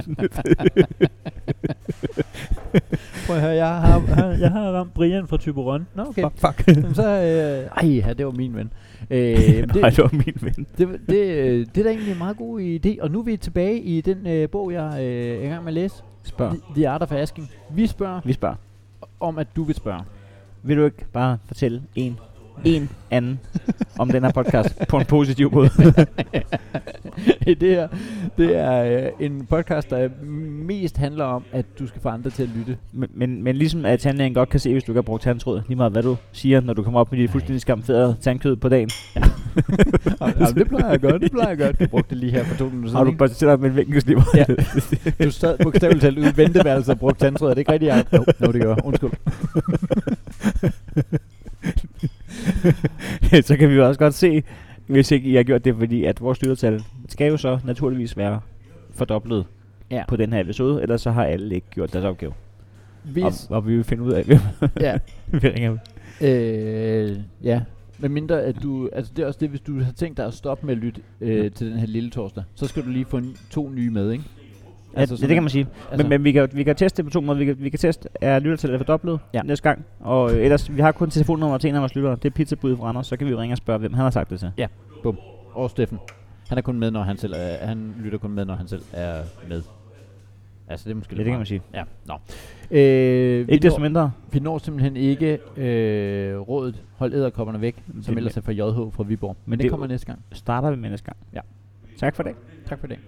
Speaker 2: Prøv at høre, jeg har, jeg har ramt Brian fra Typeron. Nå okay,
Speaker 3: Fuck.
Speaker 2: så, øh, ej, ja, det var min ven. Øh,
Speaker 3: Nej, det var min ven.
Speaker 2: Det, det, øh, det er da egentlig en meget god idé, og nu er vi tilbage i den øh, bog, jeg øh, er i gang med at læse,
Speaker 3: Spørg.
Speaker 2: The, The Art of Asking. Vi spørger
Speaker 3: Vi spørger.
Speaker 2: om, at du vil spørge.
Speaker 3: Vil du ikke bare fortælle en, en anden om den her podcast på en positiv [LAUGHS] måde?
Speaker 2: [LAUGHS] det her det er øh, en podcast, der mest handler om, at du skal få andre til at [LAUGHS] lytte.
Speaker 3: men, men, men ligesom at tandlægen godt kan se, hvis du ikke har brugt tandtråd, lige meget hvad du siger, når du kommer op med dit fuldstændig skamferede tandkød på dagen. [LAUGHS]
Speaker 2: Jamen, det plejer jeg godt, det plejer jeg godt. Du brugte det lige her for to minutter
Speaker 3: Har
Speaker 2: siden.
Speaker 3: du
Speaker 2: ikke?
Speaker 3: bare til dig med en vinkelsliver?
Speaker 2: Ja. Du sad bogstaveligt talt ude i venteværelset og brugte tandtråd. Er det ikke rigtigt, Jacob? Jo, no, det gør jeg. Undskyld.
Speaker 3: [LAUGHS] så kan vi jo også godt se, hvis ikke I har gjort det, fordi at vores lyttertal skal jo så naturligvis være fordoblet
Speaker 2: Ja.
Speaker 3: på den her episode, ellers så har alle ikke gjort deres opgave.
Speaker 2: Vi,
Speaker 3: Og, og vi vil finde ud af, [LAUGHS] hvem
Speaker 2: ja,
Speaker 3: vi ringer ud.
Speaker 2: Øh, ja. Men mindre at du, altså det er også det, hvis du har tænkt dig at stoppe med at lytte øh,
Speaker 3: Ja.
Speaker 2: til den her lille torsdag, så skal du lige få en, to nye med, ikke?
Speaker 3: Ja, altså, det, det kan man sige. Altså. Men, men vi, kan, vi kan teste det på to måder. Vi kan, vi kan teste, er lyttertallet fordoblet ja.
Speaker 2: Ja.
Speaker 3: næste gang? Og øh, ellers, vi har kun telefonnummer til en af vores lyttere. Det er pizzabud fra Anders, så kan vi jo ringe og spørge, hvem han har sagt det til.
Speaker 2: Og Steffen, han er kun med, når han selv er, han lytter kun med, når han selv er med. Altså det er måske
Speaker 3: Ja, det kan man sige.
Speaker 2: Ja, nå. Øh, vi,
Speaker 3: Ikke desto
Speaker 2: når,
Speaker 3: mindre.
Speaker 2: vi når simpelthen ikke øh, rådet, hold æderkopperne væk, som
Speaker 3: Det-
Speaker 2: ellers er fra JH fra Viborg. Men,
Speaker 3: det-
Speaker 2: det kommer næste gang.
Speaker 3: Starter vi med næste gang.
Speaker 2: Ja.
Speaker 3: Tak for det.
Speaker 2: Tak for i dag.